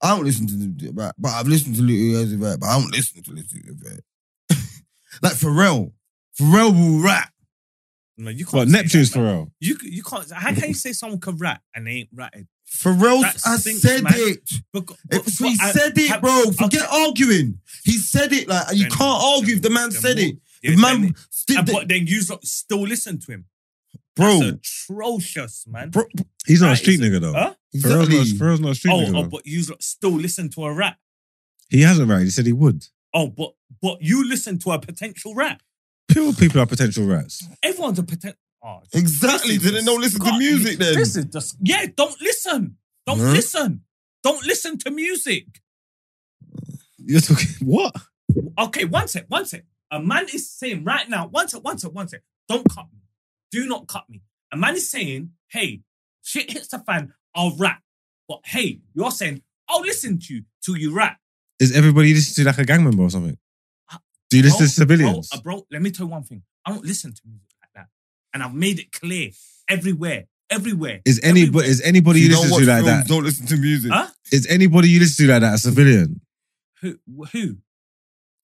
I don't listen to the but, but I've listened to little Uzi Vert, but I don't listen to little Uzi Vert. like Pharrell, Pharrell will rap. No, you But can't. say Neptune's that, man. Pharrell. You c- you can't. How can you say someone can rat and they ain't ratted? Pharrell, That I stinks, said man. it. But, It, but- he but I- said it, have- bro. okay. Forget arguing. He said it. Like you Then- can't argue if the man then said what? it. Yeah, the man, then- sti- and the- but then you lot still listen to him. bro, That's atrocious, man. bro. He's not a That street is- nigga though. Huh? Pharrell's, Exactly. not, Pharrell's not a street Oh, nigga. oh, though. but you lot still listen to a rap. he hasn't right. He said he would. Oh, but but you listen to a potential rap. Pure people are potential rats. Everyone's a potential. Oh, Exactly. this Did is they not listen to disgusting. music then? This is just yeah. Don't listen. Don't Huh? listen. Don't listen to music. You're talking what? Okay, one sec, one sec. A man is saying right now, one sec, one sec, one sec. Don't cut me. Do not cut me. A man is saying, hey, shit hits the fan, I'll rap. But hey, you're saying, I'll listen to you till you rap. Is everybody listening to like a gang member or something? Uh, Do you listen Bro, to civilians? Bro, uh, bro, let me tell you one thing. I don't listen to music like that. And I've made it clear everywhere, everywhere. is anybody everywhere. is anybody you, don't listen watch to like films, that? Don't listen to music. Huh? Is anybody you listen to like that a civilian? Who? who?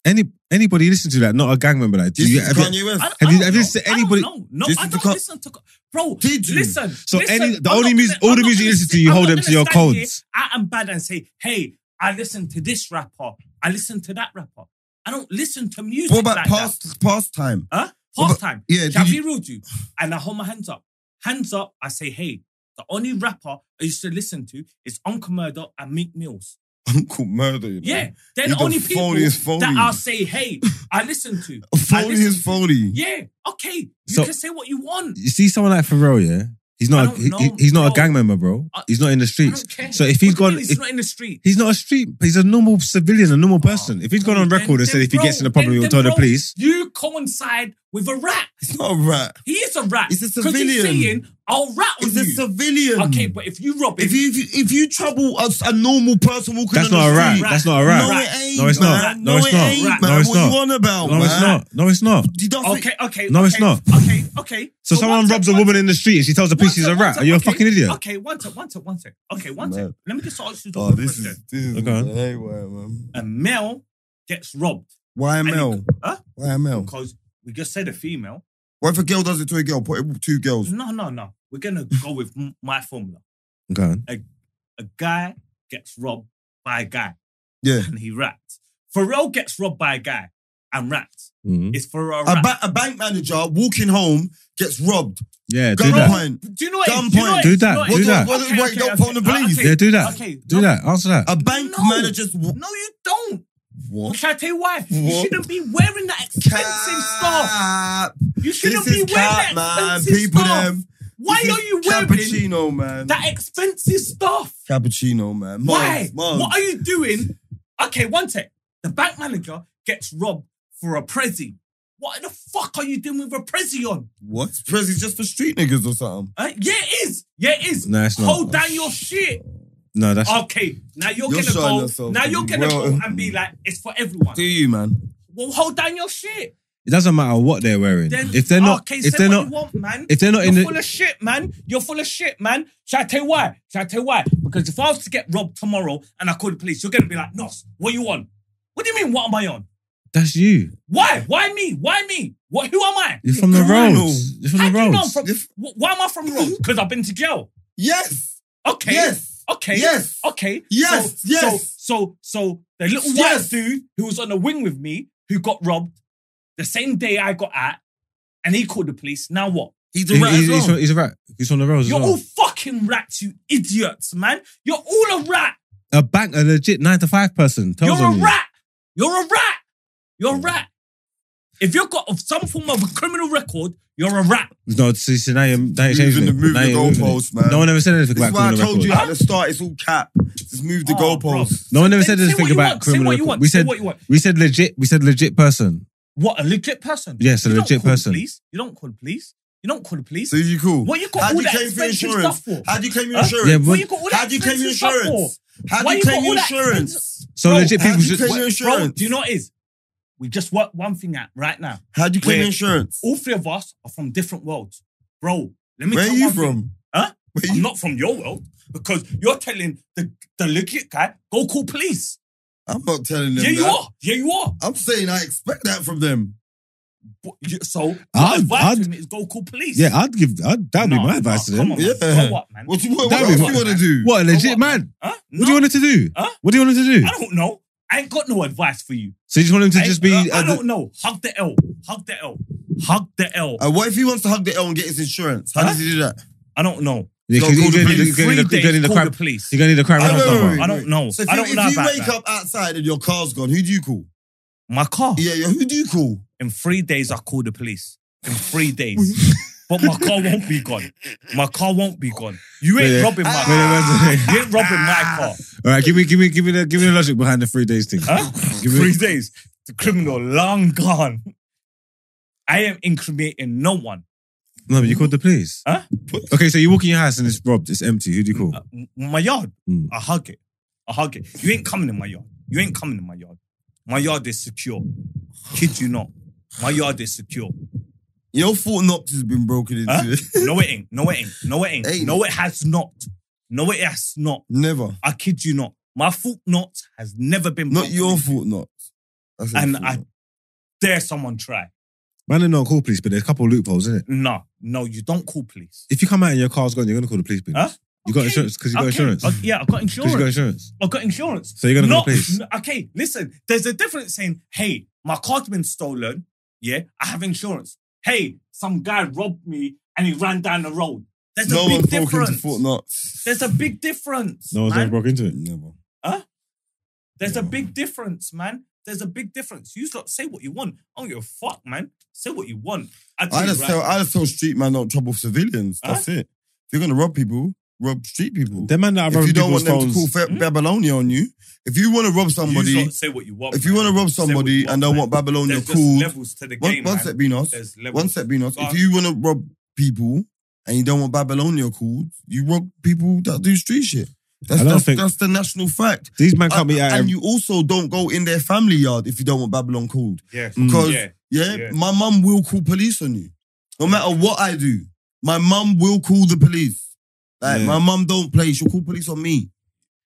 Any anybody you listen to that, not a gang member? Like, do This you, is have you- Kanye I, West. I Have you- don't have you know. seen I don't anybody- know. No, This I is don't because- listen to. co- Bro, Did you? listen. So listen, any the I'm only not music, gonna- all I'm the not music you gonna listen sit- to, you I'm hold not them to gonna your stand here codes. I am bad and say, hey, I listen to this rapper. I listen to that rapper. I don't listen to music What about like past past time? that. Huh? what Past time. Yeah, Shall did be you, rude to you? And I hold my hands up. Hands up, I say, hey, the only rapper I used to listen to is Uncle Murder and Meek Mills. Uncle Murder. You know? Yeah, they're He the got only people phony as phony. that I'll say, hey, I listen to. I phony listen is to. phony. Yeah, okay. You So- can say what you want. You see someone like Pharrell, yeah, he's not I a, don't he, know, he- he's not a bro. gang member, bro. I- He's not in the I streets. don't care. So if he's What do you gone, mean he's if- not in the street. He's not a street. He's a normal civilian, a normal person. If he's gone on Then- record and then, said if he gets bro, in a problem, he'll then- then, tell the bro, police. You coincide with a rat. It's not a rat. He is a rat. He's a 'Cause civilian. He's saying, I'll rat on It's a you. civilian. okay, but if you rob him, If you if you, if you trouble a, a normal person walking That's on not a the rat. street, Rat. That's not a rat. No, Rat. it ain't. No, it's not. man. No, it's it not. ain't, Rat. man. No, it's what not. you on about, No, man? it's not. No, it's not. You don't think- okay, okay, No, okay, it's not. Okay, okay. So But someone one robs a sec, woman one in the street and she tells the sec, police she's a one rat. sec, Are you a okay, fucking idiot? Okay, one sec, one sec, one sec. Okay, one sec. Man. Let me just ask you the Oh, this question. is this is Okay. anywhere, man. A male gets robbed. YML. Huh? YML. Because we just said a female. What if a girl does it to a girl? Put it with two girls. No, no, no. We're going to go with m- my formula. Go on. A guy gets robbed by a guy. Yeah. and he rapped. Pharrell gets robbed by a guy and rapped. Mhm. It's for a A, rap. ba- a bank manager walking home gets robbed. Yeah, do that. Gunpoint. do you know what? it is? Gunpoint. Do, you know what it Do is? that. Do you know What Do it is? do- that. what do- Okay, wait, okay, don't phone the okay, police. okay. Yeah, do that. Okay, do no. that. Answer that. A bank No. manager's wa- No, you don't. what? Can I tell you why? You What? shouldn't be wearing that expensive stuff. Cap. You This shouldn't is be wearing cap, that man. expensive People stuff. them. Why This is are you wearing cappuccino, man? that expensive stuff? Cappuccino, man. Mons, Why? Mons. What are you doing? Okay, one tech. The bank manager gets robbed for a prezi. What the fuck are you doing with a prezi on? What? Prezi's just for street niggas or something. Huh? yeah, it is. Yeah, it is. No, it's not. Hold down your Oh. shit. No, that's Okay, now you're, You're gonna showing go. yourself now to you're be gonna well- go and be like, it's for everyone. Do you, man? Well, hold down your shit. it. Doesn't matter what they're wearing. Then if they're not, okay, if say they're what not, you want, man. if they're not You're in full the, of shit, man. You're full of shit, man. Shall I tell you why? Shall I tell you why? Because if I was to get robbed tomorrow and I call the police, you're gonna be like, Nos, what you on? What do you mean, what am I on? that's you. Why? Why me? Why me? What? Who am I? You're from the Criminal. roads. You're How from the do you know I'm roads. from, If- wh- why am I from Rome? Because I've been to jail. Yes. Okay. Yes. Okay. Yes. Okay. Yes, So, yes. So, so, so the little white Yes. dude who was on the wing with me, who got robbed the same day I got at, and he called the police. Now what? He's a He- rat He's, as he's, well. from, he's a rat. He's from the roads. You're as well. all fucking rats, you idiots, man. You're all a rat. a bank, a legit nine to five person tells You're a on you. rat. You're a rat. You're a rat. If you've got some form of a criminal record, you're a rat. No, see, see now you're, now you're Moving changing the- it. moving Now the you're moving it. goalposts, man. No one ever said anything This is about why I criminal told records. you at the start it's all cap. Just move the Oh, bro. goalposts. No one ever Then said say what anything you about want, say criminal what you record. want, We say said what you want. we said legit. We said legit person. What, a legit person? Yes, a You don't legit call the person. Police. You don't call the police. You don't call the police. So you cool? What you got How'd all you that claim for expensive insurance? stuff for? How'd you claim your Huh? insurance? Yeah, Why but- you got all that How'd you claim your expensive stuff insurance? for? How'd Why you you claim got your all that insurance? So Bro, legit how'd people you should. claim your Bro, insurance? do you know what it is? We just work one thing out right now. How'd you claim Wait. your insurance? All three of us are from different worlds. Bro, let me Where are tell you one thing. from? Huh? Where I'm you- not from your world because you're telling the, the legit guy, go call police. I'm not telling them. yeah, you that. are. Yeah, you are. I'm saying I expect that from them. But you- so, your I'd- advice I'd- to him is go call police. Yeah, I'd give. I'd, that'd be No, my advice to no, them. Come on, man. Yeah. So what, man? What, you, what, what That'd else be you what- want to do? What a So legit what, man? Huh? What do you want him to do? Huh? What do you want him to do? I don't know. I ain't got no advice for you. So you just want him to I- just be? uh, I at the- don't know. Hug the L. Hug the L. Hug the L. I Uh, what if he wants to hug the L and get his insurance? How Huh? does he do that? I don't know. Yeah, 'cause Don't you're gonna call the need the- police. you're gonna Three need the- you're gonna need days, the call crime. the police. You're gonna need the crime I record don't number. know. I don't know. So if I you, don't if know you about wake that. up outside and your car's gone, who do you call? My car. Yeah, yeah, who do you call? In three days, I call the police. In three days. but my car won't be gone. My car won't be gone. You ain't Wait, yeah. robbing my Wait, wait, wait. car. You ain't robbing my car. All right, give me, give me, give me the, give me the logic behind the three days thing. Huh? Give me- Three days. The criminal long gone. I am incriminating no one. No, but you called the police. Huh? Uh, Okay, so you walk in your house and it's robbed, it's empty. Who do you call? M- My yard. Mm. I hug it. I hug it. You ain't coming in my yard. You ain't coming in my yard. My yard is secure. Kid you not. My yard is secure. You know, Fort Knox has been broken into. Huh? No, it ain't. No, it ain't. No, it ain't. Ain't. No, it has not. No, it has not. Never. I kid you not. My fault not has never been. Not broken. your Fort Knox. That's And Fort I Knox. dare someone try. Man, they're not call police, but there's a couple of loopholes, isn't it? No, no, you don't call police. If you come out and your car's gone, you're gonna call the police. Because Huh? You got Okay. insurance because you got Okay. insurance. Uh, yeah, I you got got insurance. insurance. I got insurance. So you're gonna Not- call the police. n- Okay, listen. There's a difference saying, "Hey, my car's been stolen. Yeah, I have insurance. Hey, some guy robbed me and he ran down the road. There's no a big one broke into difference. Fort Knox. There's a big difference. No one's man. ever broke into it. Never. There's a big difference, man. There's a big difference. You lot say what you want. I don't give a fuck, man. Say what you want. tell I you, just right, tell I just tell street man not trouble civilians. That's it. If you're gonna rob people, rob street people. Them man that if robbed you don't want them to people's call phones. Fa- Babylonia on you, if you want to rob Hmm? You somebody, lot say what you want. if you man. want to rob Say what somebody you and don't man. want Babylonia There's just called, levels to the one, game, one man. sec, Beanos. There's levels. One sec, Beanos. Go If on. you want to rob people and you don't want Babylonia called, you rob people that do street shit. That's, I don't that's, think- that's the national fact. These man can't be and, out. and And you also don't go in their family yard if you don't want Babylon called. Yeah. Mm. Because Yeah. yeah, Yeah. my mum will call police on you. No matter what I do, my mum will call the police. Like Yeah. my mum don't play, she'll call police on me.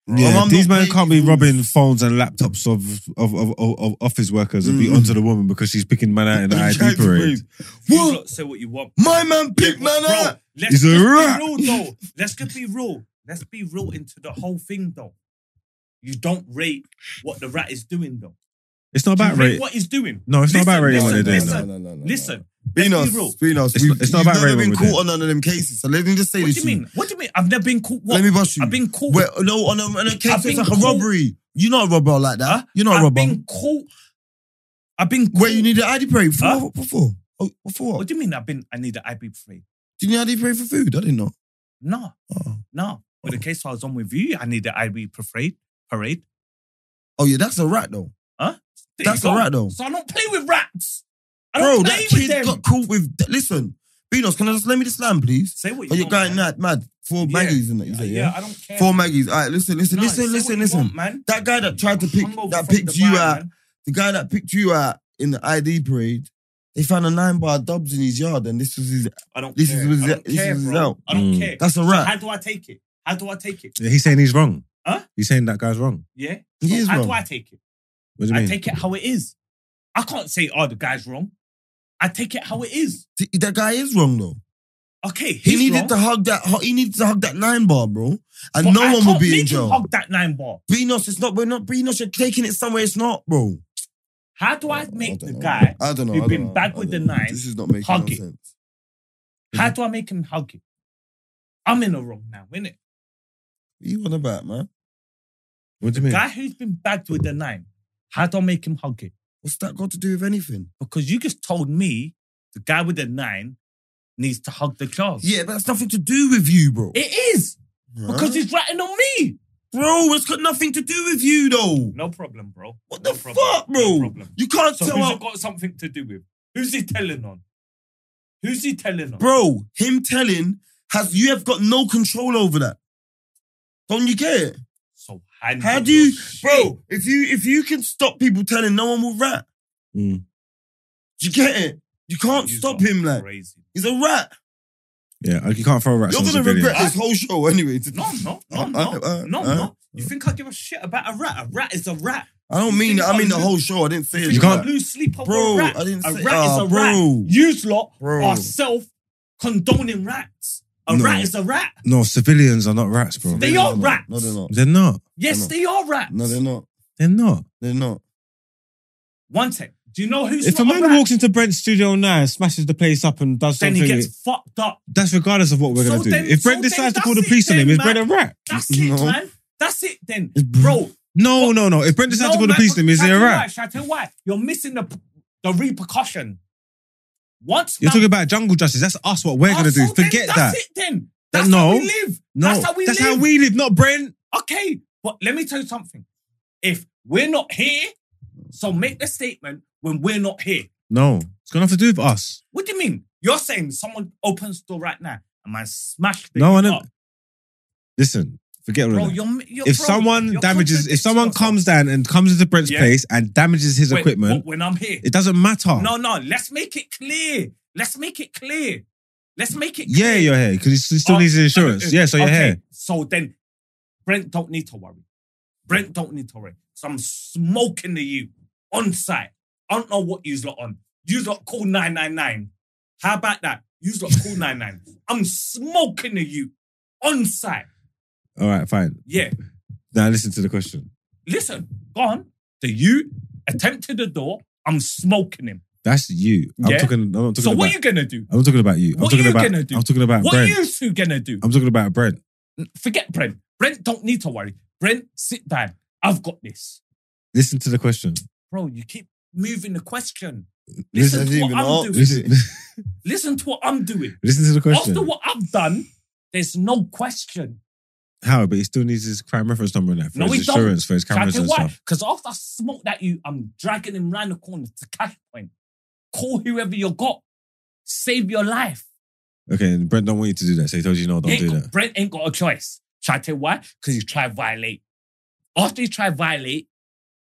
yeah, My mum these don't man play can't be these robbing phones and laptops of of of, of, of office workers and be Mm. onto the woman because she's picking man out in the I'm ID trying to parade. breathe. You Well, lot say what you want. my man picked Bro, man up. Let's He's a just rat. be real though. Let's just be real. Let's be real into the whole thing though. You don't rate what the rat is doing though. It's not about Rate rating. what he's doing. No, it's not about rating what listen, they're doing. listen, though. no, no, no, no. Listen, Beanos, Let's be real. Beanos, It's we've- not- it's not you've about never Raymond been with caught that. on none of them cases. So let me just say what this. do you to mean? What do you mean? I've never been caught. What? Let me bust you. I've been caught. Where, no, on a, on a I've case been it's like a caught- robbery. You're not a robber like that. Huh? You're not a I've robber. been caught. I've been. Caught. Where you need an ID parade for? Huh? What what for? Oh, what for what? What do you mean? I've been. I need an IB free. Do you need ID parade for food? I didn't know. No, Oh, no. But the case I was on with you, I need an IB parade. Parade. oh yeah, that's a rat though. There That's you go. a rat though. So I don't play with rats. I Bro, don't that play with kid them. got caught with. Listen, Beanos, can I just let me just land, please? Say what Are you you want, Oh, going man. mad? Mad. Four Yeah. Maggies in it. You Yeah, say, yeah, yeah. I don't care. Four Maggies. All right, listen, listen, No, listen, say what listen, you listen. want, man. That guy that tried to pick, Hungover that from picked the you bar, out. man. the guy that picked you out in the ID parade, they found a nine bar dubs in his yard, and this was his. I don't This care. is- I don't this care, is bro. out. I don't Mm. care. That's a So how rat. do I take it? How do I take it? He's saying he's wrong. Huh? He's saying that guy's wrong. Yeah. He is how wrong. do I take it? What do you I mean? take it how it is. I can't say, oh, the guy's wrong. I take it how it is. Th- that guy is wrong though. Okay, he's He needed wrong, to hug that. hu- He needed to hug that nine bar, bro, and but no I one will can't be make in him jail. Hug that nine bar. Beanos, it's not. We're not Beanos. You're taking it somewhere. It's not, bro. How do I I make don't the know. guy? I don't know. I who's don't been know. back I with don't the know. nine This is not making hug no it. sense. How do I make him hug it? I'm in the wrong now, innit? What you on about, man? What do you mean? Guy who's been bagged with the nine. How do I make him hug it? What's that got to do with anything? Because you just told me the guy with the nine needs to hug the class. Yeah, but that's nothing to do with you, bro. It is Huh? because he's ratting on me. bro, it's got nothing to do with you, though. No problem, bro. What No the problem. fuck, No bro? problem. You can't So tell. who's how- it got something to do with? Who's he telling on? Who's he telling on? bro, him telling has you have got no control over that. Don't you get it? So handle How do you, your shit. bro? If you if you can stop people telling, no one will rat. Mm. Do you get it? You can't Yous stop are him, like crazy. he's a rat. Yeah, like, you can't throw rats. You're on gonna civilians. regret this whole show anyway. No, no, no, Uh, no, uh, no, uh, no. You think I give a shit about a rat? A rat is a rat. I don't You mean think that. I I'll mean the lose- whole show. I didn't say it. You like can't- that. lose sleep over Bro, a rat. I didn't a say- rat Ah, is a bro. rat. Use lot Bro. are self condoning rats. A No. rat is a rat. No, civilians are not rats, bro. They- are rats. No, they're not. They're not. Yes, No. they are rats. No, they're not. They're not. They're not. One sec. Do you know who's if a not man rat? walks into Brent's studio now and smashes the place up and does then something, he gets fucked up. that's regardless of what we're So gonna do. then- if Brent so decides to then call the that's police it on him, then, is Brent a rat? That's No. it, man. That's it then, bro. No, no, no. If Brent decides to call the man, police on him, is shall I he a tell you why? rat? Shall I tell you why? You're missing the the repercussion. Once You're man- talking about jungle justice. That's us. What we're Oh, gonna do. so then Forget that's that. That's it then. That- That's no. how we live. No, That's how we that's live. how we live. Not Brent. Okay, but let me tell you something. If we're not here, so make the statement when we're not here. No, it's gonna have to do with us. What do you mean? You're saying someone opens the door right now and man smash the No, I door don't- up. Listen, forget all Bro, of that. you're, you're, if bro, someone you're damages, if someone contradicting comes down and comes into Brent's Yeah. place and damages his yourself. Wait, equipment, but when I'm here, it doesn't matter. No, no. Let's make it clear. Let's make it clear. Let's make it. Yeah, clear. you're here because he s- still Oh, needs his insurance. Yeah, so you're okay, here. So then, Brent don't need to worry. Brent don't need to worry. So I'm smoking the you on site. I don't know what you's lot on. You's lot call nine nine nine. How about that? You's lot call nine nine. I'm smoking the you on site. All right, fine. Yeah. Now listen to the question. Listen, go on. The you attempted the door. I'm smoking him. That's you. I'm Yeah. talking. I'm not talking So about. what you gonna do? I'm not talking about you. I'm What talking you about. gonna do? I'm talking about What Brent. are you two gonna do? I'm talking about Brent. forget Brent. Brent don't need to worry. Brent, sit down. I've got this. Listen to the question. Bro, you keep moving the question. Listen- Listen, Doesn't to what even I'm know. doing. Listen. Listen, to what I'm doing. listen to the After question. what I've done, there's no question. How? But he still needs his crime reference number in there for No, his he don't. insurance, for his Shall I cameras tell and you why? stuff. Because after I smoke that you, I'm dragging him round the corner to cash point. Call whoever you got. Save your life. Okay, and Brent don't want you to do that, so he told you no, He don't ain't do got- that. Brent ain't got a choice. Shall I tell you why? Because he tried to violate. After he tried to violate,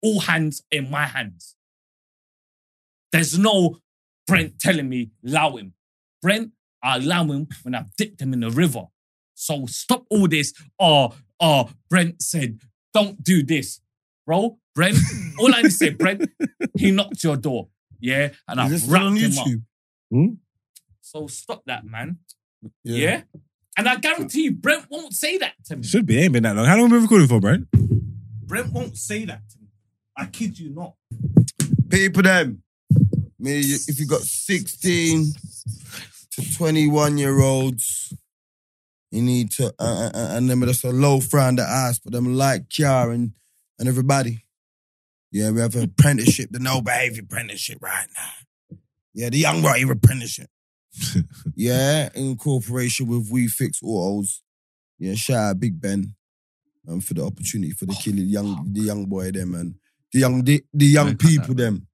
all hands in my hands. There's no Brent telling me, allow him. Brent, I allow him when I've dipped him in the river. So stop all this. Oh, oh, Brent said, don't do this. Bro, Brent, all I need to say, Brent, he knocked your door. Yeah, and Is this I've still on wrapped him up. YouTube? So stop that, man. Yeah. And I guarantee you, Brent won't say that to me. Should be. Ain't been that long. How long have we been recording for, Brent? Brent won't say that to me. I kid you not. People them. Me, you- if you got 16 to 21 year olds, you need to, uh, uh, uh, and them that's a low frown the ass, but them like Kiara and, and everybody. Yeah, we have an apprenticeship, the no behavior apprenticeship right now. Yeah, the young writer apprenticeship. yeah, in cooperation with We Fix Autos. Yeah, shout out Big Ben um, for the opportunity for the killing young the young boy them and the young the, the young Oh, Don't cut that, people them.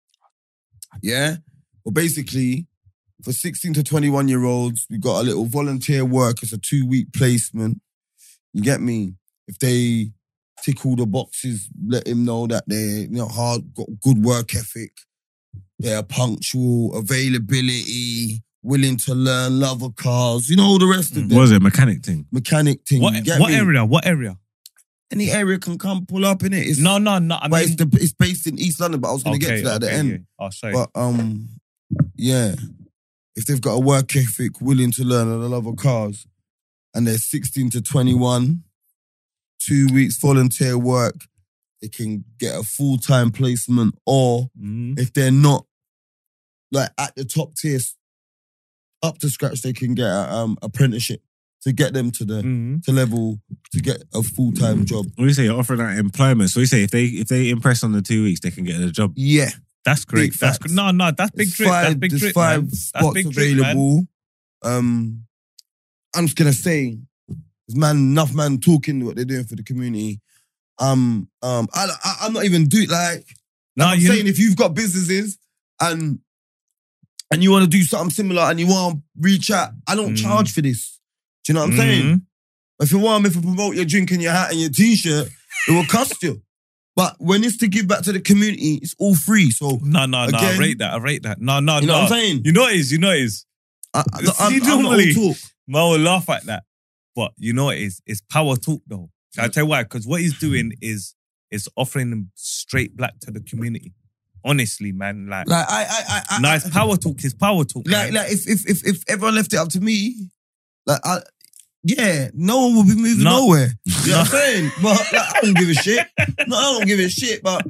Yeah. Well, basically, for 16 to 21 year olds, we got a little volunteer work. It's a two week placement. You get me? If they tick all the boxes, let him know that they you know hard, got good work ethic, they're punctual, availability, willing to learn, love of cars, you know all the rest of Mm. What them. was it? Mechanic thing. Mechanic thing. What, you get what me? area? What area? Any area can come pull up in it. It's, No, no, no. I but it's, mean, the, it's based in East London. But I was gonna get to that at the okay, end. yeah. Oh, sorry. But um, yeah, if they've got a work ethic, willing to learn, and a love of cars, and they're 16 to 21, two weeks volunteer work, they can get a full time placement. Or Mm. if they're not like at the top tier, up to scratch, they can get a um, apprenticeship to get them to the Mm. to level to get a full time job. What do you say? You're offering that employment. So you say if they if they impress on the two weeks, they can get a job. Yeah, That's great. Big That's facts. gr- no, no. That's big There's drip. That's five- big there's drip. five man. spots That's big drip, man. available. um, I'm just gonna say, there's man, enough man talking what they're doing for the community. Um, um, I, I, I'm not even do like. No, I'm you- saying if you've got businesses and and you want to do something similar and you want to reach out, I don't Mm. charge for this. Do you know what I'm saying? Mm. If you want me to promote your drink and your hat and your t-shirt, it will cost you. But when it's to give back to the community, it's all free. So No, no, no. I Again- rate that. I rate that. No, no, you know no. what I'm saying? You know it is. You know it is. I, I, I'm, See, I'm not normally- all talk. Man will laugh at that, but you know it is. It's power talk though. I tell you why. Because what he's doing is is offering them straight black to the community. Honestly, man. Like, Like I, I, I, I nice power talk. Is power talk. Like, man. like if, if if if everyone left it up to me, like I, yeah, no one would be moving No. nowhere. You know what I'm saying? But like, I don't give a shit. No, I don't give a shit. But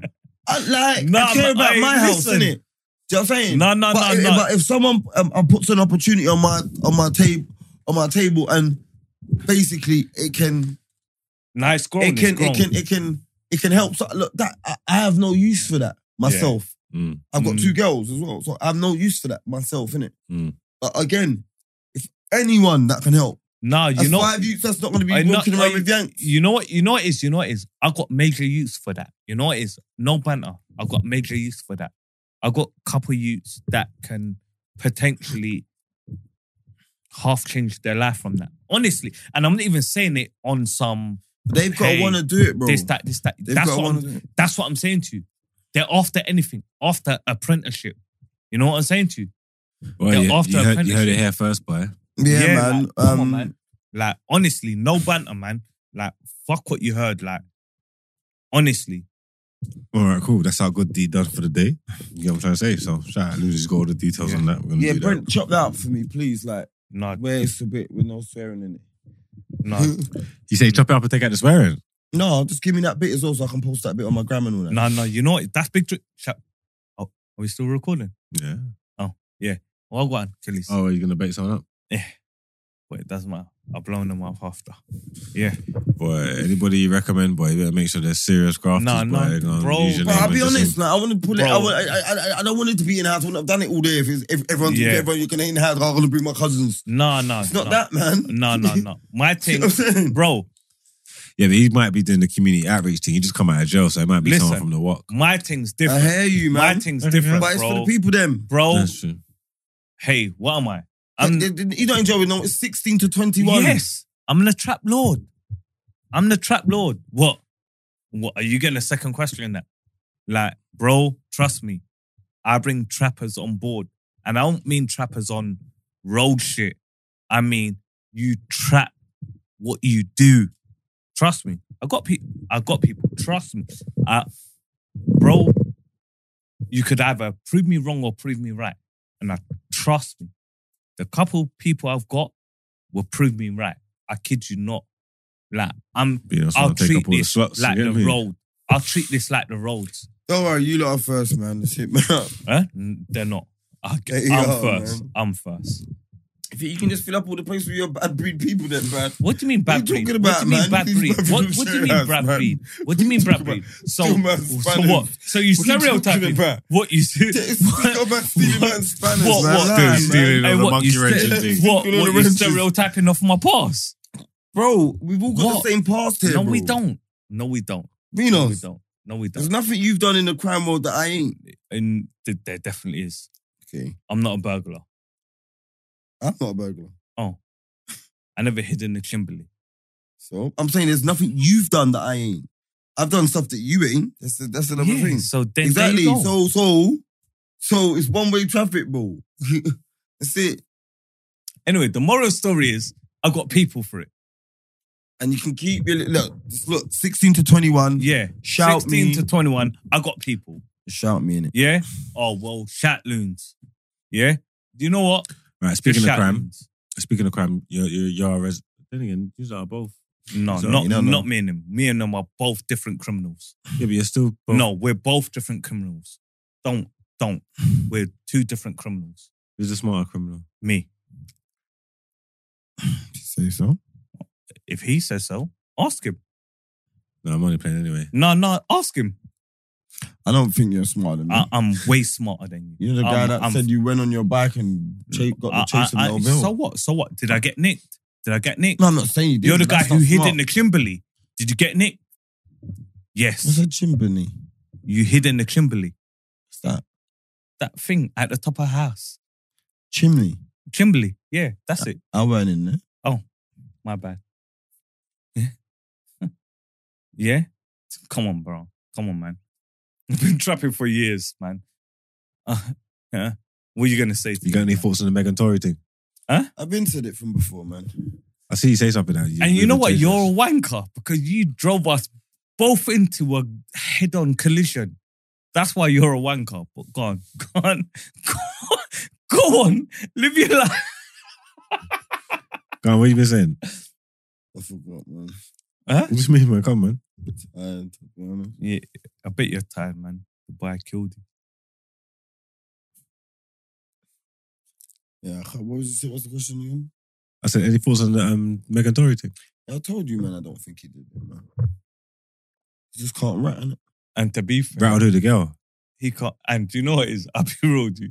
I like Nah, I care but, about hey, my house, listen. innit? Do you know what I'm saying? No, no, but no, if, no. But if someone um, um, puts an opportunity on my on my table on my table and basically it can nice grown. it it's can it grown. can it can it can help. So, look, that I, I have no use for that myself. Mm. I've got Mm. two girls as well, so I have no use for that myself, innit? Mm. But again, if anyone that can help, No, that's you know. five youths that's not going to be I know- walking around I- with yanks. you know what? You know what it is. You know what it is. I got major use for that. You know what it is. No banter. I got major use for that. I got couple youths that can potentially half change their life from that. Honestly, and I'm not even saying it on some They've got to Hey, want to do it, bro. this that this that. They've that's got to what want I'm, to do it. that's what I'm saying to you. They're after anything. After apprenticeship. You know what I'm saying to you. Well, Yeah, you, after you heard, you apprenticeship. heard it here first, boy. Yeah, man. Like, come um, on, man. Like, honestly, no banter, man. Like, fuck what you heard. Like, honestly. All right, cool. That's our good deed done for the day. You know what I'm trying to say? So, shout out, Lucy's got all the details Yeah. on that. We're gonna Yeah, do that. Brent, chop that up for me, please. Like, No, where it's a bit with no swearing in it. no, You say chop it up and take out the swearing. No, just give me that bit as well so I can post that bit on my gram and all that. no, no. You know what? That's big trick. Shut- Oh, are we still recording? Yeah. Well, go on, Kelly's. Oh, are you gonna bait someone up? But it doesn't matter. I've blown them up after. Boy, anybody you recommend, boy, you better make sure they're serious grafters, Nah, boy. nah, They're gonna bro. use your But name I'll and be just- honest, like, I want to pull it. I, Bro. want, I, I, I- I don't want it to be in the house. I wouldn't have done it all day if, it's, if everyone, Yeah. if everyone you can in the house. I'm going to bring my cousins. No, no. It's not no. that, man. No, no, no. My You thing, know what I'm saying? bro, Yeah, but he might be doing the community outreach thing. He just come out of jail, so it might be someone Listen. from the walk. my thing's I different. hear you, My man. thing's Okay, different, But it's for bro. the people, them. Bro, That's true. hey, what am I? Like, I'm, they- they- you don't enjoy it, no. It's 16 to 21. Yes, I'm the trap lord. I'm the trap lord. What? What are you getting a second question in that? Like, bro, trust me. I bring trappers on board. And I don't mean trappers on road shit. I mean you trap what you do. Trust me. I got people I got people. Trust me. I, bro, you could either prove me wrong or prove me right. And I trust me. The couple people I've got will prove me right. I kid you not. Like I'm, You know, I'll someone take treat up all the this slots. you like get the me? road. I'll treat this like the roads. Don't worry, you lot are first, man. Just hit me up. Huh? N- They're not. I, They am are, first. man. I'm first. If you can just fill up all the places with your bad breed people, then, Brad. What do you mean bad What are you breed? talking what do you mean about, man? bad These breed? brothers What, are what do you serious, mean bad man. breed? What do you mean What are bad you breed? talking So, Two man so Spanish. what? So you What are you talking stereotyping about? what you see? Go back stealing man's Spanish, What- man. what- Lie, Dude, man. stealing- Hey, on the what, monkey you wrenches ste- thing. what, Stealing on what the you wrenches. stereotyping off my past? Bro, we've all got What? the same past here. No, bro. we don't. No, we don't. No, we Reno, don't. No, we there's don't. nothing you've done in the crime world that I ain't. And th- there definitely is. Okay. I'm not a burglar. I'm not a burglar. I never hid in the Kimberley. So I'm saying there's nothing you've done that I ain't. I've done stuff that you ain't. That's that's another Yeah, thing. So then, Exactly. There you go. So so so it's one way traffic, bro. that's it. anyway, the moral story is I got people for it. And you can keep your look. Just look, 16 to 21. Yeah. Shout 16 me. to 21, I got people. Shout me in it. Yeah. Oh, well, shat loons. Yeah. Do you know what? Right, speaking They're of shat crime, loons. speaking of crime, you're you're, you're a res- then again, these are both. No, Sorry, not, no, no. not me and him. Me and him are both different criminals. Yeah, but you're still both. No, we're both different criminals. Don't, don't. We're two different criminals. Who's the smarter criminal? Me. Say so. If he says so, ask him. No, I'm only playing anyway. No, no, ask him. I don't think you're smarter than me. I, I'm way smarter than you. you're the guy I'm- that I'm- said you went on your bike and cha- got the chase of I- I- I- Melville. So what? So what? Did I get nicked? Did I get nicked? no, I'm not saying you did. You're the guy who hid in the Kimberley. Did you get nicked? What's Yes. a chimney? You hid in the Kimberley. What's that? That thing at the top of house. Chimney. Kimberley. Yeah, that's it. I weren't in there. My bad. Yeah. yeah? Come on, bro. Come on, man. I've been trapping for years, man. Uh, yeah. What are you going to say to You got me, any man? thoughts on the Megan Tory thing? I've been said it from before, man. I see you say something now. And you know what? change this. You're a wanker because you drove us both into a head on collision. That's why you're a wanker. But go on, go on, go on, go on. live your life. Go on, what you been saying? I forgot, man. Huh? What do you mean, man? Come on, man. Tired, to be honest. Yeah, I bet you're tired, man. The boy killed you. Yeah, I can't- what was it? What's the question again? I said, any thoughts on the um, Megan Tory thing? I told you, man. I don't think he did it, man. He just can't rat, innit? And to be fair, Rattled who the girl. he can't. And do you know what it is? I'll be real with you.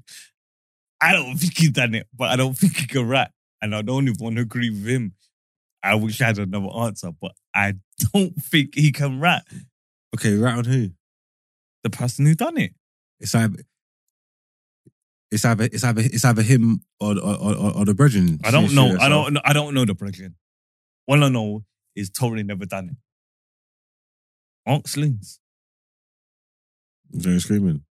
I don't think he done it, but I don't think he can rap. And I don't even agree with him. I wish I had another answer, but I don't think he can rap. Okay, rattled who? The person who done it. It's either it's either it's either it's either him or or, or, or the brethren. I don't Seriously, know. that's I all. don't. know- I don't know the Brooklyn. All I know is totally never done it. Onks Lings. Jerry screaming.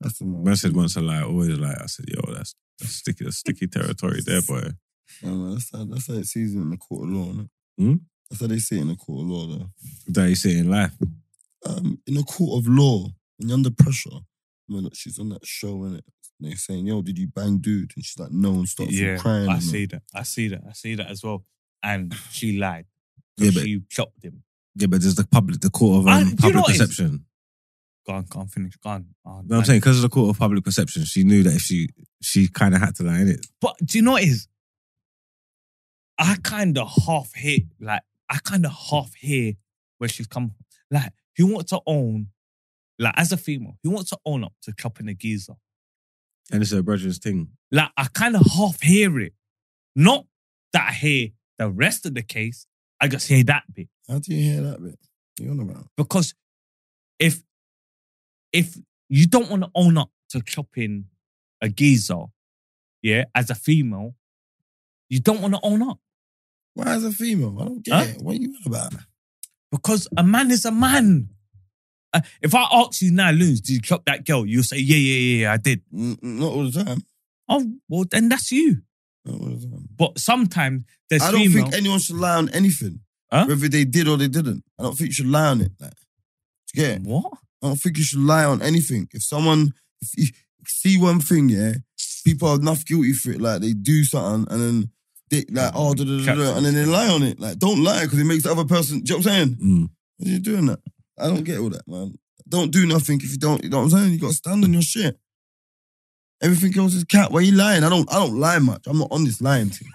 That's the one. Man said once a lie, always a lie. I said, yo, that's, that's sticky, that's sticky territory there, boy. Yeah, man, that's how, that's how it sees it in the court of law, innit? Hmm? That's how they see it in the court of law, though. That you say in life. Um, in the court of law, when you're under pressure, I mean, look, she's on that show, innit? And they're saying, yo, did you bang dude? And she's like, no, and starts crying. I innit? see that. I see that. I see that as well. And she lied. Yeah, but she chopped him. yeah, but there's the public, the court of um, I- do you know public what it is? perception. Gone. Can't finish. Gone. Oh, No, I'm man. saying because of the court of public perception, she knew that if she she kind of had to lie in it. But do you know what it is? I kind of half hate. Like I kind of half hear where she's come. from. Like who wants to own? Like as a female, who wants to own up to chopping a geezer? And it's her brethren's thing. like I kind of half hear it. Not that I hear the rest of the case, I just hear that bit. How do you hear that bit? You on about? Because if if you don't want to own up to chopping a geezer, yeah, as a female, you don't want to own up. Why is a female? I don't get Huh? it. What are you on about? Because a man is a man. Uh, if I ask you now, Loons, did you chop that girl? You'll say, yeah, yeah, yeah, yeah, I did. N- n- not all the time. Oh, well, then that's you. Not all the time. But sometimes there's I don't female. think anyone should lie on anything, Huh? whether they did or they didn't. I don't think you should lie on it. Like, do you get it? what? I don't think you should lie on anything. If someone if you see one thing, yeah, people are enough guilty for it. Like they do something and then they like oh da, da, da, da, and then they lie on it. Like don't lie because it makes the other person. Do you know what I'm saying? Mm. What are you doing that? I don't get all that, man. don't do nothing if you don't. You know what I'm saying? You gotta stand on your shit. Everything else is cat. Why you lying? I don't. I don't lie much. I'm not on this lying thing.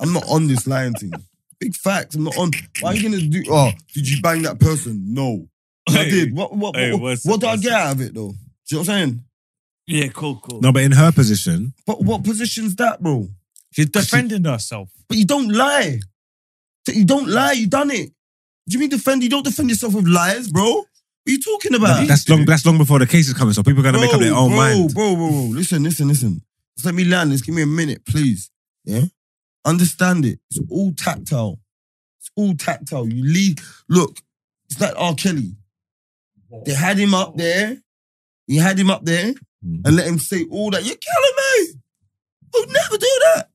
I'm not on this lying thing. Big facts. I'm not on. Why are you gonna do? Oh, did you bang that person? No, I Hey. did. What? What? Hey, what, what's- what do I what's- get out of it though? Do you know what I'm saying? Yeah, cool, cool. No, but in her position, But what position's that, bro? She's defending herself. But you don't lie. T- You don't lie. You done it. Do you mean defend? You don't defend yourself with lies, bro. What are you talking about? that's long. That's long before the case is coming, so people are gonna make up their own bro, mind. Bro, bro, bro, listen, listen, listen. Just let me land this. Give me a minute, please. Yeah? Understand it. It's all tactile. It's all tactile. You lead. Look, it's like R. Kelly. They had him up there. You had him up there Mm. and let him say all that. You're killing me. I would never do that.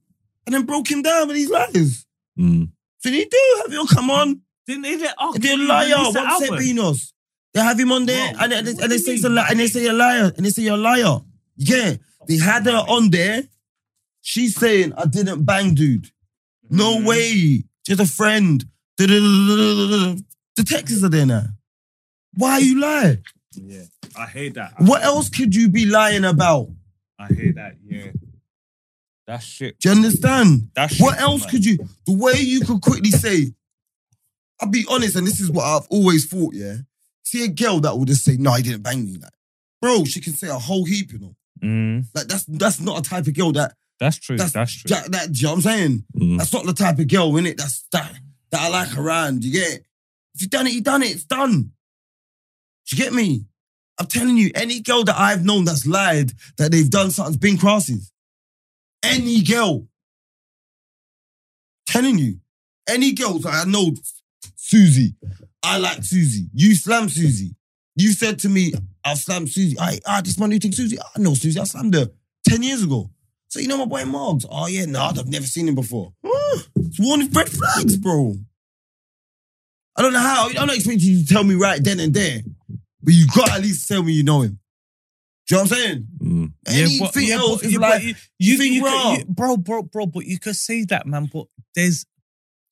And then broke him down with these lies. Mm. So you do have your come on. Didn't they let R. They're Kelly liar. release the What's that, album? Beanos? They have him on there, Bro, and, and, they- what and they do say you he's a mean? liar, and they say you're a liar, and they say you're a liar. Yeah, they had her on there. She's saying I didn't bang dude. No Mhm. way, just a friend. The texts are there now. Why you lie? Yeah, I hate that. What else could you be lying about? I hate that. Yeah, that shit. Do you understand? That shit. What else could you? The way you could quickly say, I'll be honest, and this is what I've always thought. Yeah, see a girl that would just say, "No, he didn't bang me." Like, bro, she can say a whole heap. You know, Mm, like that's that's not a type of girl that that's true. That's- That's, true. that, that. Do you know what I'm saying? Mm. That's not the type of girl in it. That's that that I like around. You get it? If you done it, you done it. It's done. Do you get me? I'm telling you, any girl that I've known that's lied that they've done something's been crosses. Any girl. Telling you, any girl that I know, Susie, I like Susie. You slam Susie. You said to me, I'll slam Susie. I ah, this is my new thing, Susie. I know Susie. I slammed her 10 years ago. So you know my boy Moggs? Oh yeah, no, I've never seen him before. Huh? It's warning red flags, bro. I don't know how. I'm not expecting you to tell me right then and there, but you got to at least tell me you know him. Do you know what I'm saying? Mm. Anything yeah, else but- is yeah, but like, you, you, think you could- raw. you- bro, bro, bro. But you could say that, man. But there's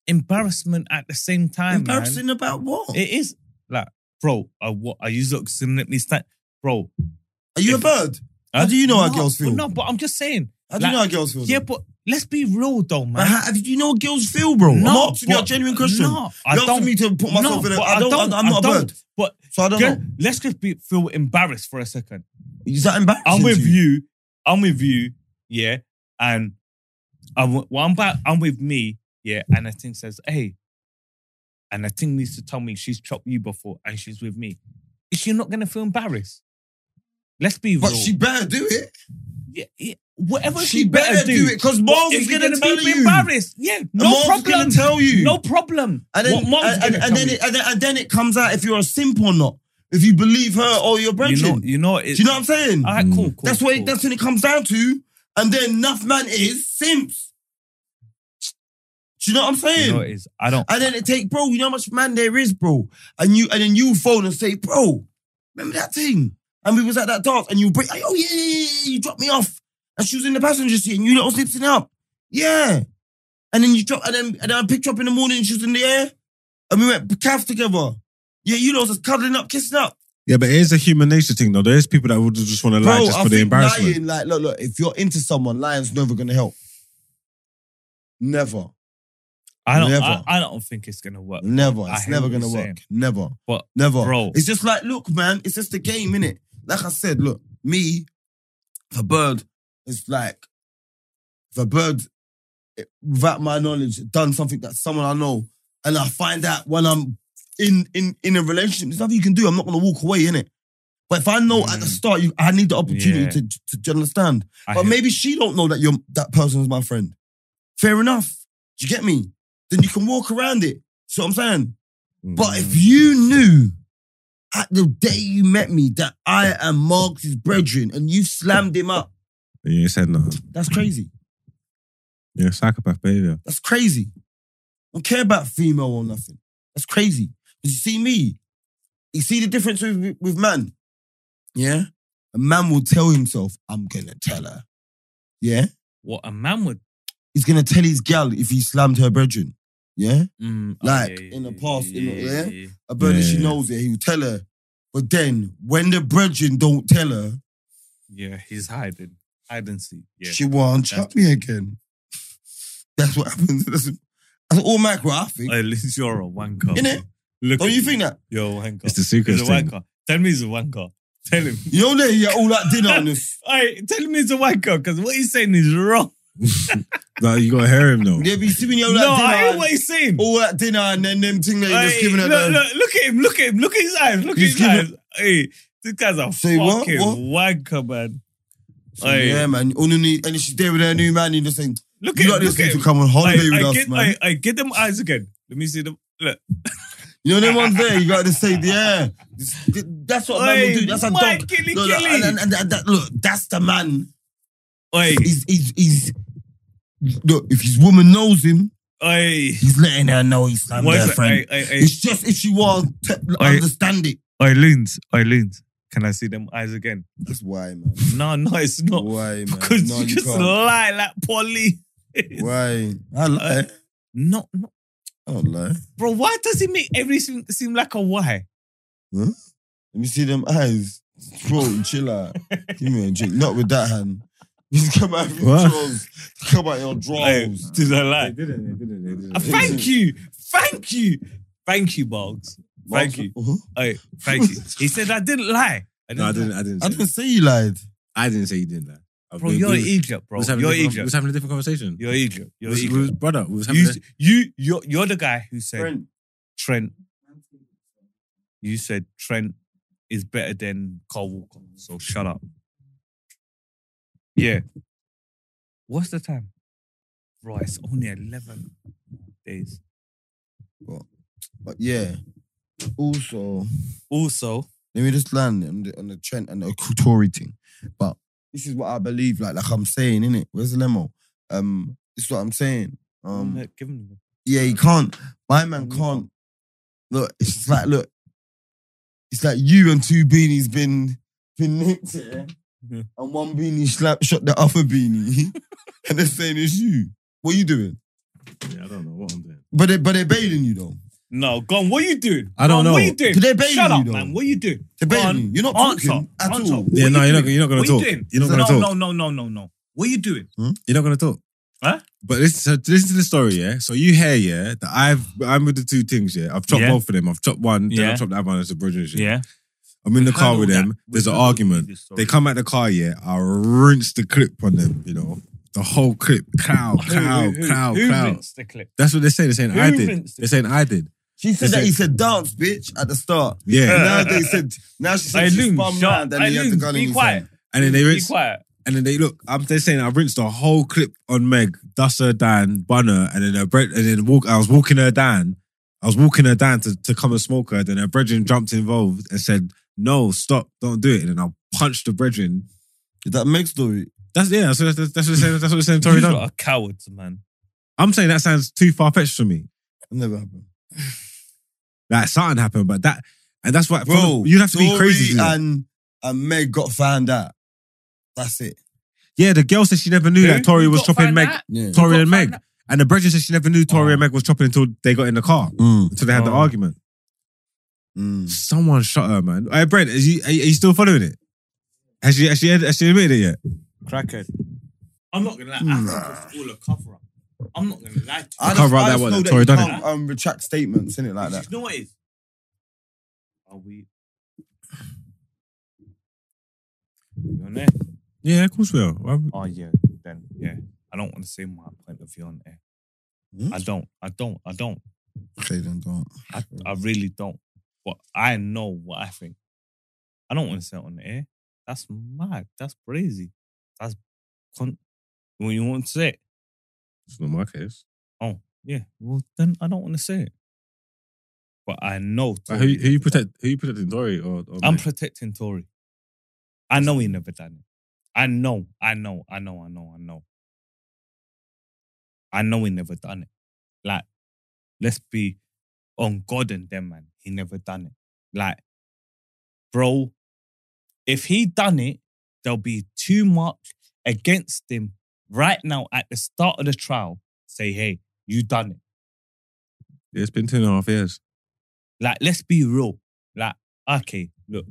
embarrassment at the same time. man. embarrassing about what? It is like, bro. I what? Are you legitimately stand, bro? Are you a if- bird? How huh? do you know how No, girls feel? No, but I'm just saying. How do you like- know how girls feel? Yeah, though? but let's be real though, man. But how, have you- do you know what girls feel, bro? No, I'm asking you a but- genuine question. No, I You're asking don't. me to put myself no, in a. but I don't, I don't, I'm I not a don't. bird, But so I don't Girl, know. let's just be, feel embarrassed for a second. Is that embarrassing? I'm with to you. I'm with you. Yeah, and I'm well, I'm back. I'm with me. Yeah, and the thing says, "Hey," and the thing needs to tell me she's chopped you before, and she's with me. Is she not gonna feel embarrassed? Let's be real. But she better do it. yeah, yeah, whatever She better do it, 'cause Well, Marv if is you're gonna be tell you. Embarrassed? Yeah, no Marv's problem. gonna tell you. No problem. And then, What Marv's and, and- gonna and tell then me. it, and, then, and then it comes out if you're a simp or not. If you believe her or your brethren. you know, you know, Do you know what I'm saying? Mm. All right, cool, cool. that's what it- cool. that's when it comes down to. And then enough man is simps. Do you know what I'm saying? You know it is. I don't. and then it take, bro, you know how much man there is, bro. And you and then you phone and say, bro, remember that thing? And we was at that dance and you break, oh yeah, yeah, yeah, yeah, you dropped me off. And she was in the passenger seat and you lot was lipsing up. Yeah. And then you drop, and then and then I picked her up in the morning and she was in the air. And we went calf together. Yeah, you lot was just cuddling up, kissing up. Yeah, but it is a human nature thing, though. There is people that would just want to lie just I for the think embarrassment. Lying, like, look, look, if you're into someone, lying's never gonna help. Never. I don't. Never. I, I don't think it's gonna work. Never. I It's hear never what gonna you're work. saying. Never. But Never. Bro. It's just like, look, man, it's just a game, innit? Like I said, look, me, the bird, is like, the bird, it- without my knowledge, done something that someone I know, and I find out when I'm in in in a relationship, there's nothing you can do. I'm not gonna walk away, innit? But if I know at the Mm. start, you, I need the opportunity Yeah. to, to, do you understand. I But hear- maybe she don't know that you're that person is my friend. Fair enough. Do you get me? Then you can walk around it. See what I'm saying? But if Mm. you knew at the day you met me that I am Marx's brethren and you slammed him up, And Mm. you said no. that's crazy. Yeah, psychopath behavior. That's crazy. I don't care about female or nothing. That's crazy. Because you see me, you see the difference with, with man. Yeah? A man will tell himself, I'm going to tell her. Yeah? what a man would. He's going to tell his gal if he slammed her brethren. Yeah? Mm, oh, Like, yeah, yeah, in the yeah, past, yeah, in the- yeah, yeah? yeah. A brother, she Yeah. knows it. He'll tell her, But then when the brethren don't tell her, Yeah, he's hiding. Hide and seek. Yeah. she won't chat me again. That's what happens. That's, that's all macro, I think. At least you're a wanker. Innit? Look Don't at you think that? You're a wanker. It's the secret He's a thing. wanker. Tell me he's a wanker. Tell him. You know, there you get all that dinner on us. All right, tell me he's a wanker because what he's saying is wrong. No, you gotta hear him though. They be sitting here all no, that I dinner. hear what he's saying. all that dinner and then them thing that you just Aye, giving her the- look, look, look at him, look at him, look at his eyes, look at He's his giving- eyes. Hey, this guy's a Say what? fucking What? wanker, man. So, Aye. yeah, man. Only need, and she's there with her new man. You just saying, Look at you him, like this look need at to him. come on holiday Aye, with I us, get, man. I, I get them eyes again. Let me see them. Look. You know, them ones there, you got to say, yeah. This- th- That's what man Aye, will do. That's a why dog. Killy, Look, look, killy? and, and, and that, look, that's the man. Oi, He's, he's, he's, look, if his woman knows him, oi, he's letting her know he's not What's their that? friend. Oi, oi, oi. It's just if she won't te- Aye. understand it. Oi, Lins, oi, Lins. Can I see them eyes again? That's why, man. No, no, it's not. Why, man? Because No, you just can't. lie like Polly. Why? I lie. No, no, I don't lie. bro. Why does he make everything seem like a why? Let me see them eyes. Bro, chill out. Give me a drink. Not with that hand. Just come out of your What? drawers. Come out of your Oi, drawers. Did I lie? didn't, they didn't, they didn't. Uh, Thank you, thank you, thank you, Boggs. Thank you. Huh? Hey, thank you. He said I didn't lie. I didn't. No, I lie. didn't. I didn't. I Say didn't say you lied. I didn't say you didn't lie. I've Bro, been- you're we- an idiot, we bro. was having a You're an different- we idiot. was having a different conversation. You're an idiot. We You're an was, we was, idiot. brother, we was having. You, a, you, you're, you're the guy who said Trent. You said Trent is better than Carl Walker. So shut up. Yeah. What's the time? Bro, it's only 11 days. But yeah. Also, Also, let me just land on the, on the Trent and the Couture thing. But this is what I believe. Like, like I'm saying, innit? Where's the lemo? Um, this is what I'm saying. Um, look, give him Yeah, he can't. My man can't. Look, it's just like look, it's like you and two beanies been been nicked, yeah? Yeah. and one beanie slap shot the other beanie, and they're saying it's you. What you doing? yeah, I don't know what I'm doing. But they but they're bailing you though. No, gone. What are you doing? I don't Gone, What know. you doing? They're bailing Shut you, up, though. man. What are you doing? They're Gone. bailing you. You're not Answer. talking at Answer. all. What Yeah, are no, you you're not. doing? You're not gonna What are you talk. doing? You're not no, gonna talk. no, no, no, no, no. What are you doing? You're not gonna talk. Huh? But listen, so listen to the story, yeah. So you hear, yeah, that I've I'm with the two things, yeah. I've chopped Yeah. both of them. I've chopped one, then Yeah. I've chopped the other one as a bridge and shit. I'm in the car with them. There's an argument. They come at the car, yeah. I rinse the clip on them, you know. The whole clip. Cow, cow, cow, Who cow. rinsed the clip? That's what they're saying. They're saying Who I did. rinsed it? They're saying I did. She said Is that it- he said dance, bitch, at the start. Yeah. Uh, now they said now she Hey, said she Loom, spun shut round up. and Hey, he had the Loom, gun in be his quiet. hand. And then they Be rinse quiet. and then they look, I'm they're saying I rinsed the whole clip on Meg, dust her down, bun her, and then her bread and then walk I was walking her down. I was walking her down to, to come and smoke her, then her brethren jumped involved and said, No, stop, don't do it. And then I punched the brethren. Is that Meg's story? That's yeah, that's, that's, that's what they're saying, that's what they're saying Tory You're done. a coward, man. I'm saying that sounds too far fetched for me. That never happened. Like something happened, but that and that's why Bro, you'd have to be crazy. to do Tory that. And and Meg got found out. That's it. yeah, the girl said she never knew that Tory You was got chopping found Meg, out? Yeah. You Tory got and Meg, found and the brethren said she never knew Tory and Meg was chopping until they got in the car, Mm, until they had the Oh. argument. mm. Someone shot her, man. Hey, Brent, is you, are, you- are you still following it? Has she, has she, has she admitted it yet? Crackhead. I'm not gonna lie. I think it's all a cover up. I'm not gonna lie to you. I can't write that one, know Tory you done it. can't, Um, retract statements, innit, like that. You know what it is? Are we? We on air? Yeah, of course we are. Why would- Oh yeah, then yeah. I don't want to say my point of view on air. Hmm? I don't. I don't. I don't. Okay, then don't. I, I really don't. But I know what I think. I don't want to say it on the air. That's mad. That's crazy. That's con- when you want to say it. It's not my case. Oh yeah. Well then I don't want to say it. But I know. Like, who, Tory who you never done protect? Who you protecting, Tory or, or it. I'm Meg? protecting Tory. I know he never done it. I know. I know. I know. I know. I know. I know he never done it. Like, let's be on God and them, man. He never done it. Like, bro, if he done it, there'll be too much against him right now at the start of the trial. Say, hey, you done it. it's been two and a half years. Like, let's be real. Like, okay, Look,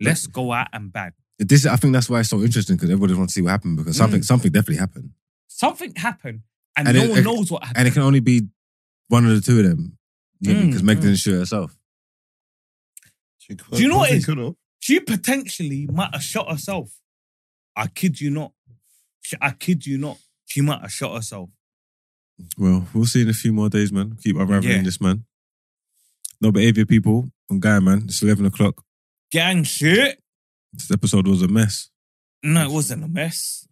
let's go out and bad. This, I think that's why it's so interesting because everybody wants to see what happened because something, something definitely happened, Something happened, and, And no it- one it- knows what happened. and it can only be one of the two of them because Mm, Meg mm. didn't shoot herself. Do you know what it is? Could've. she potentially might have shot herself. I kid you not. Sh- I kid you not. She might have shot herself. Well, we'll see in a few more days, man. Keep unraveling Yeah. this, man. No behavior, people. I'm Guy, man. It's eleven o'clock. Gang shit. This episode was a mess. No, it wasn't a mess.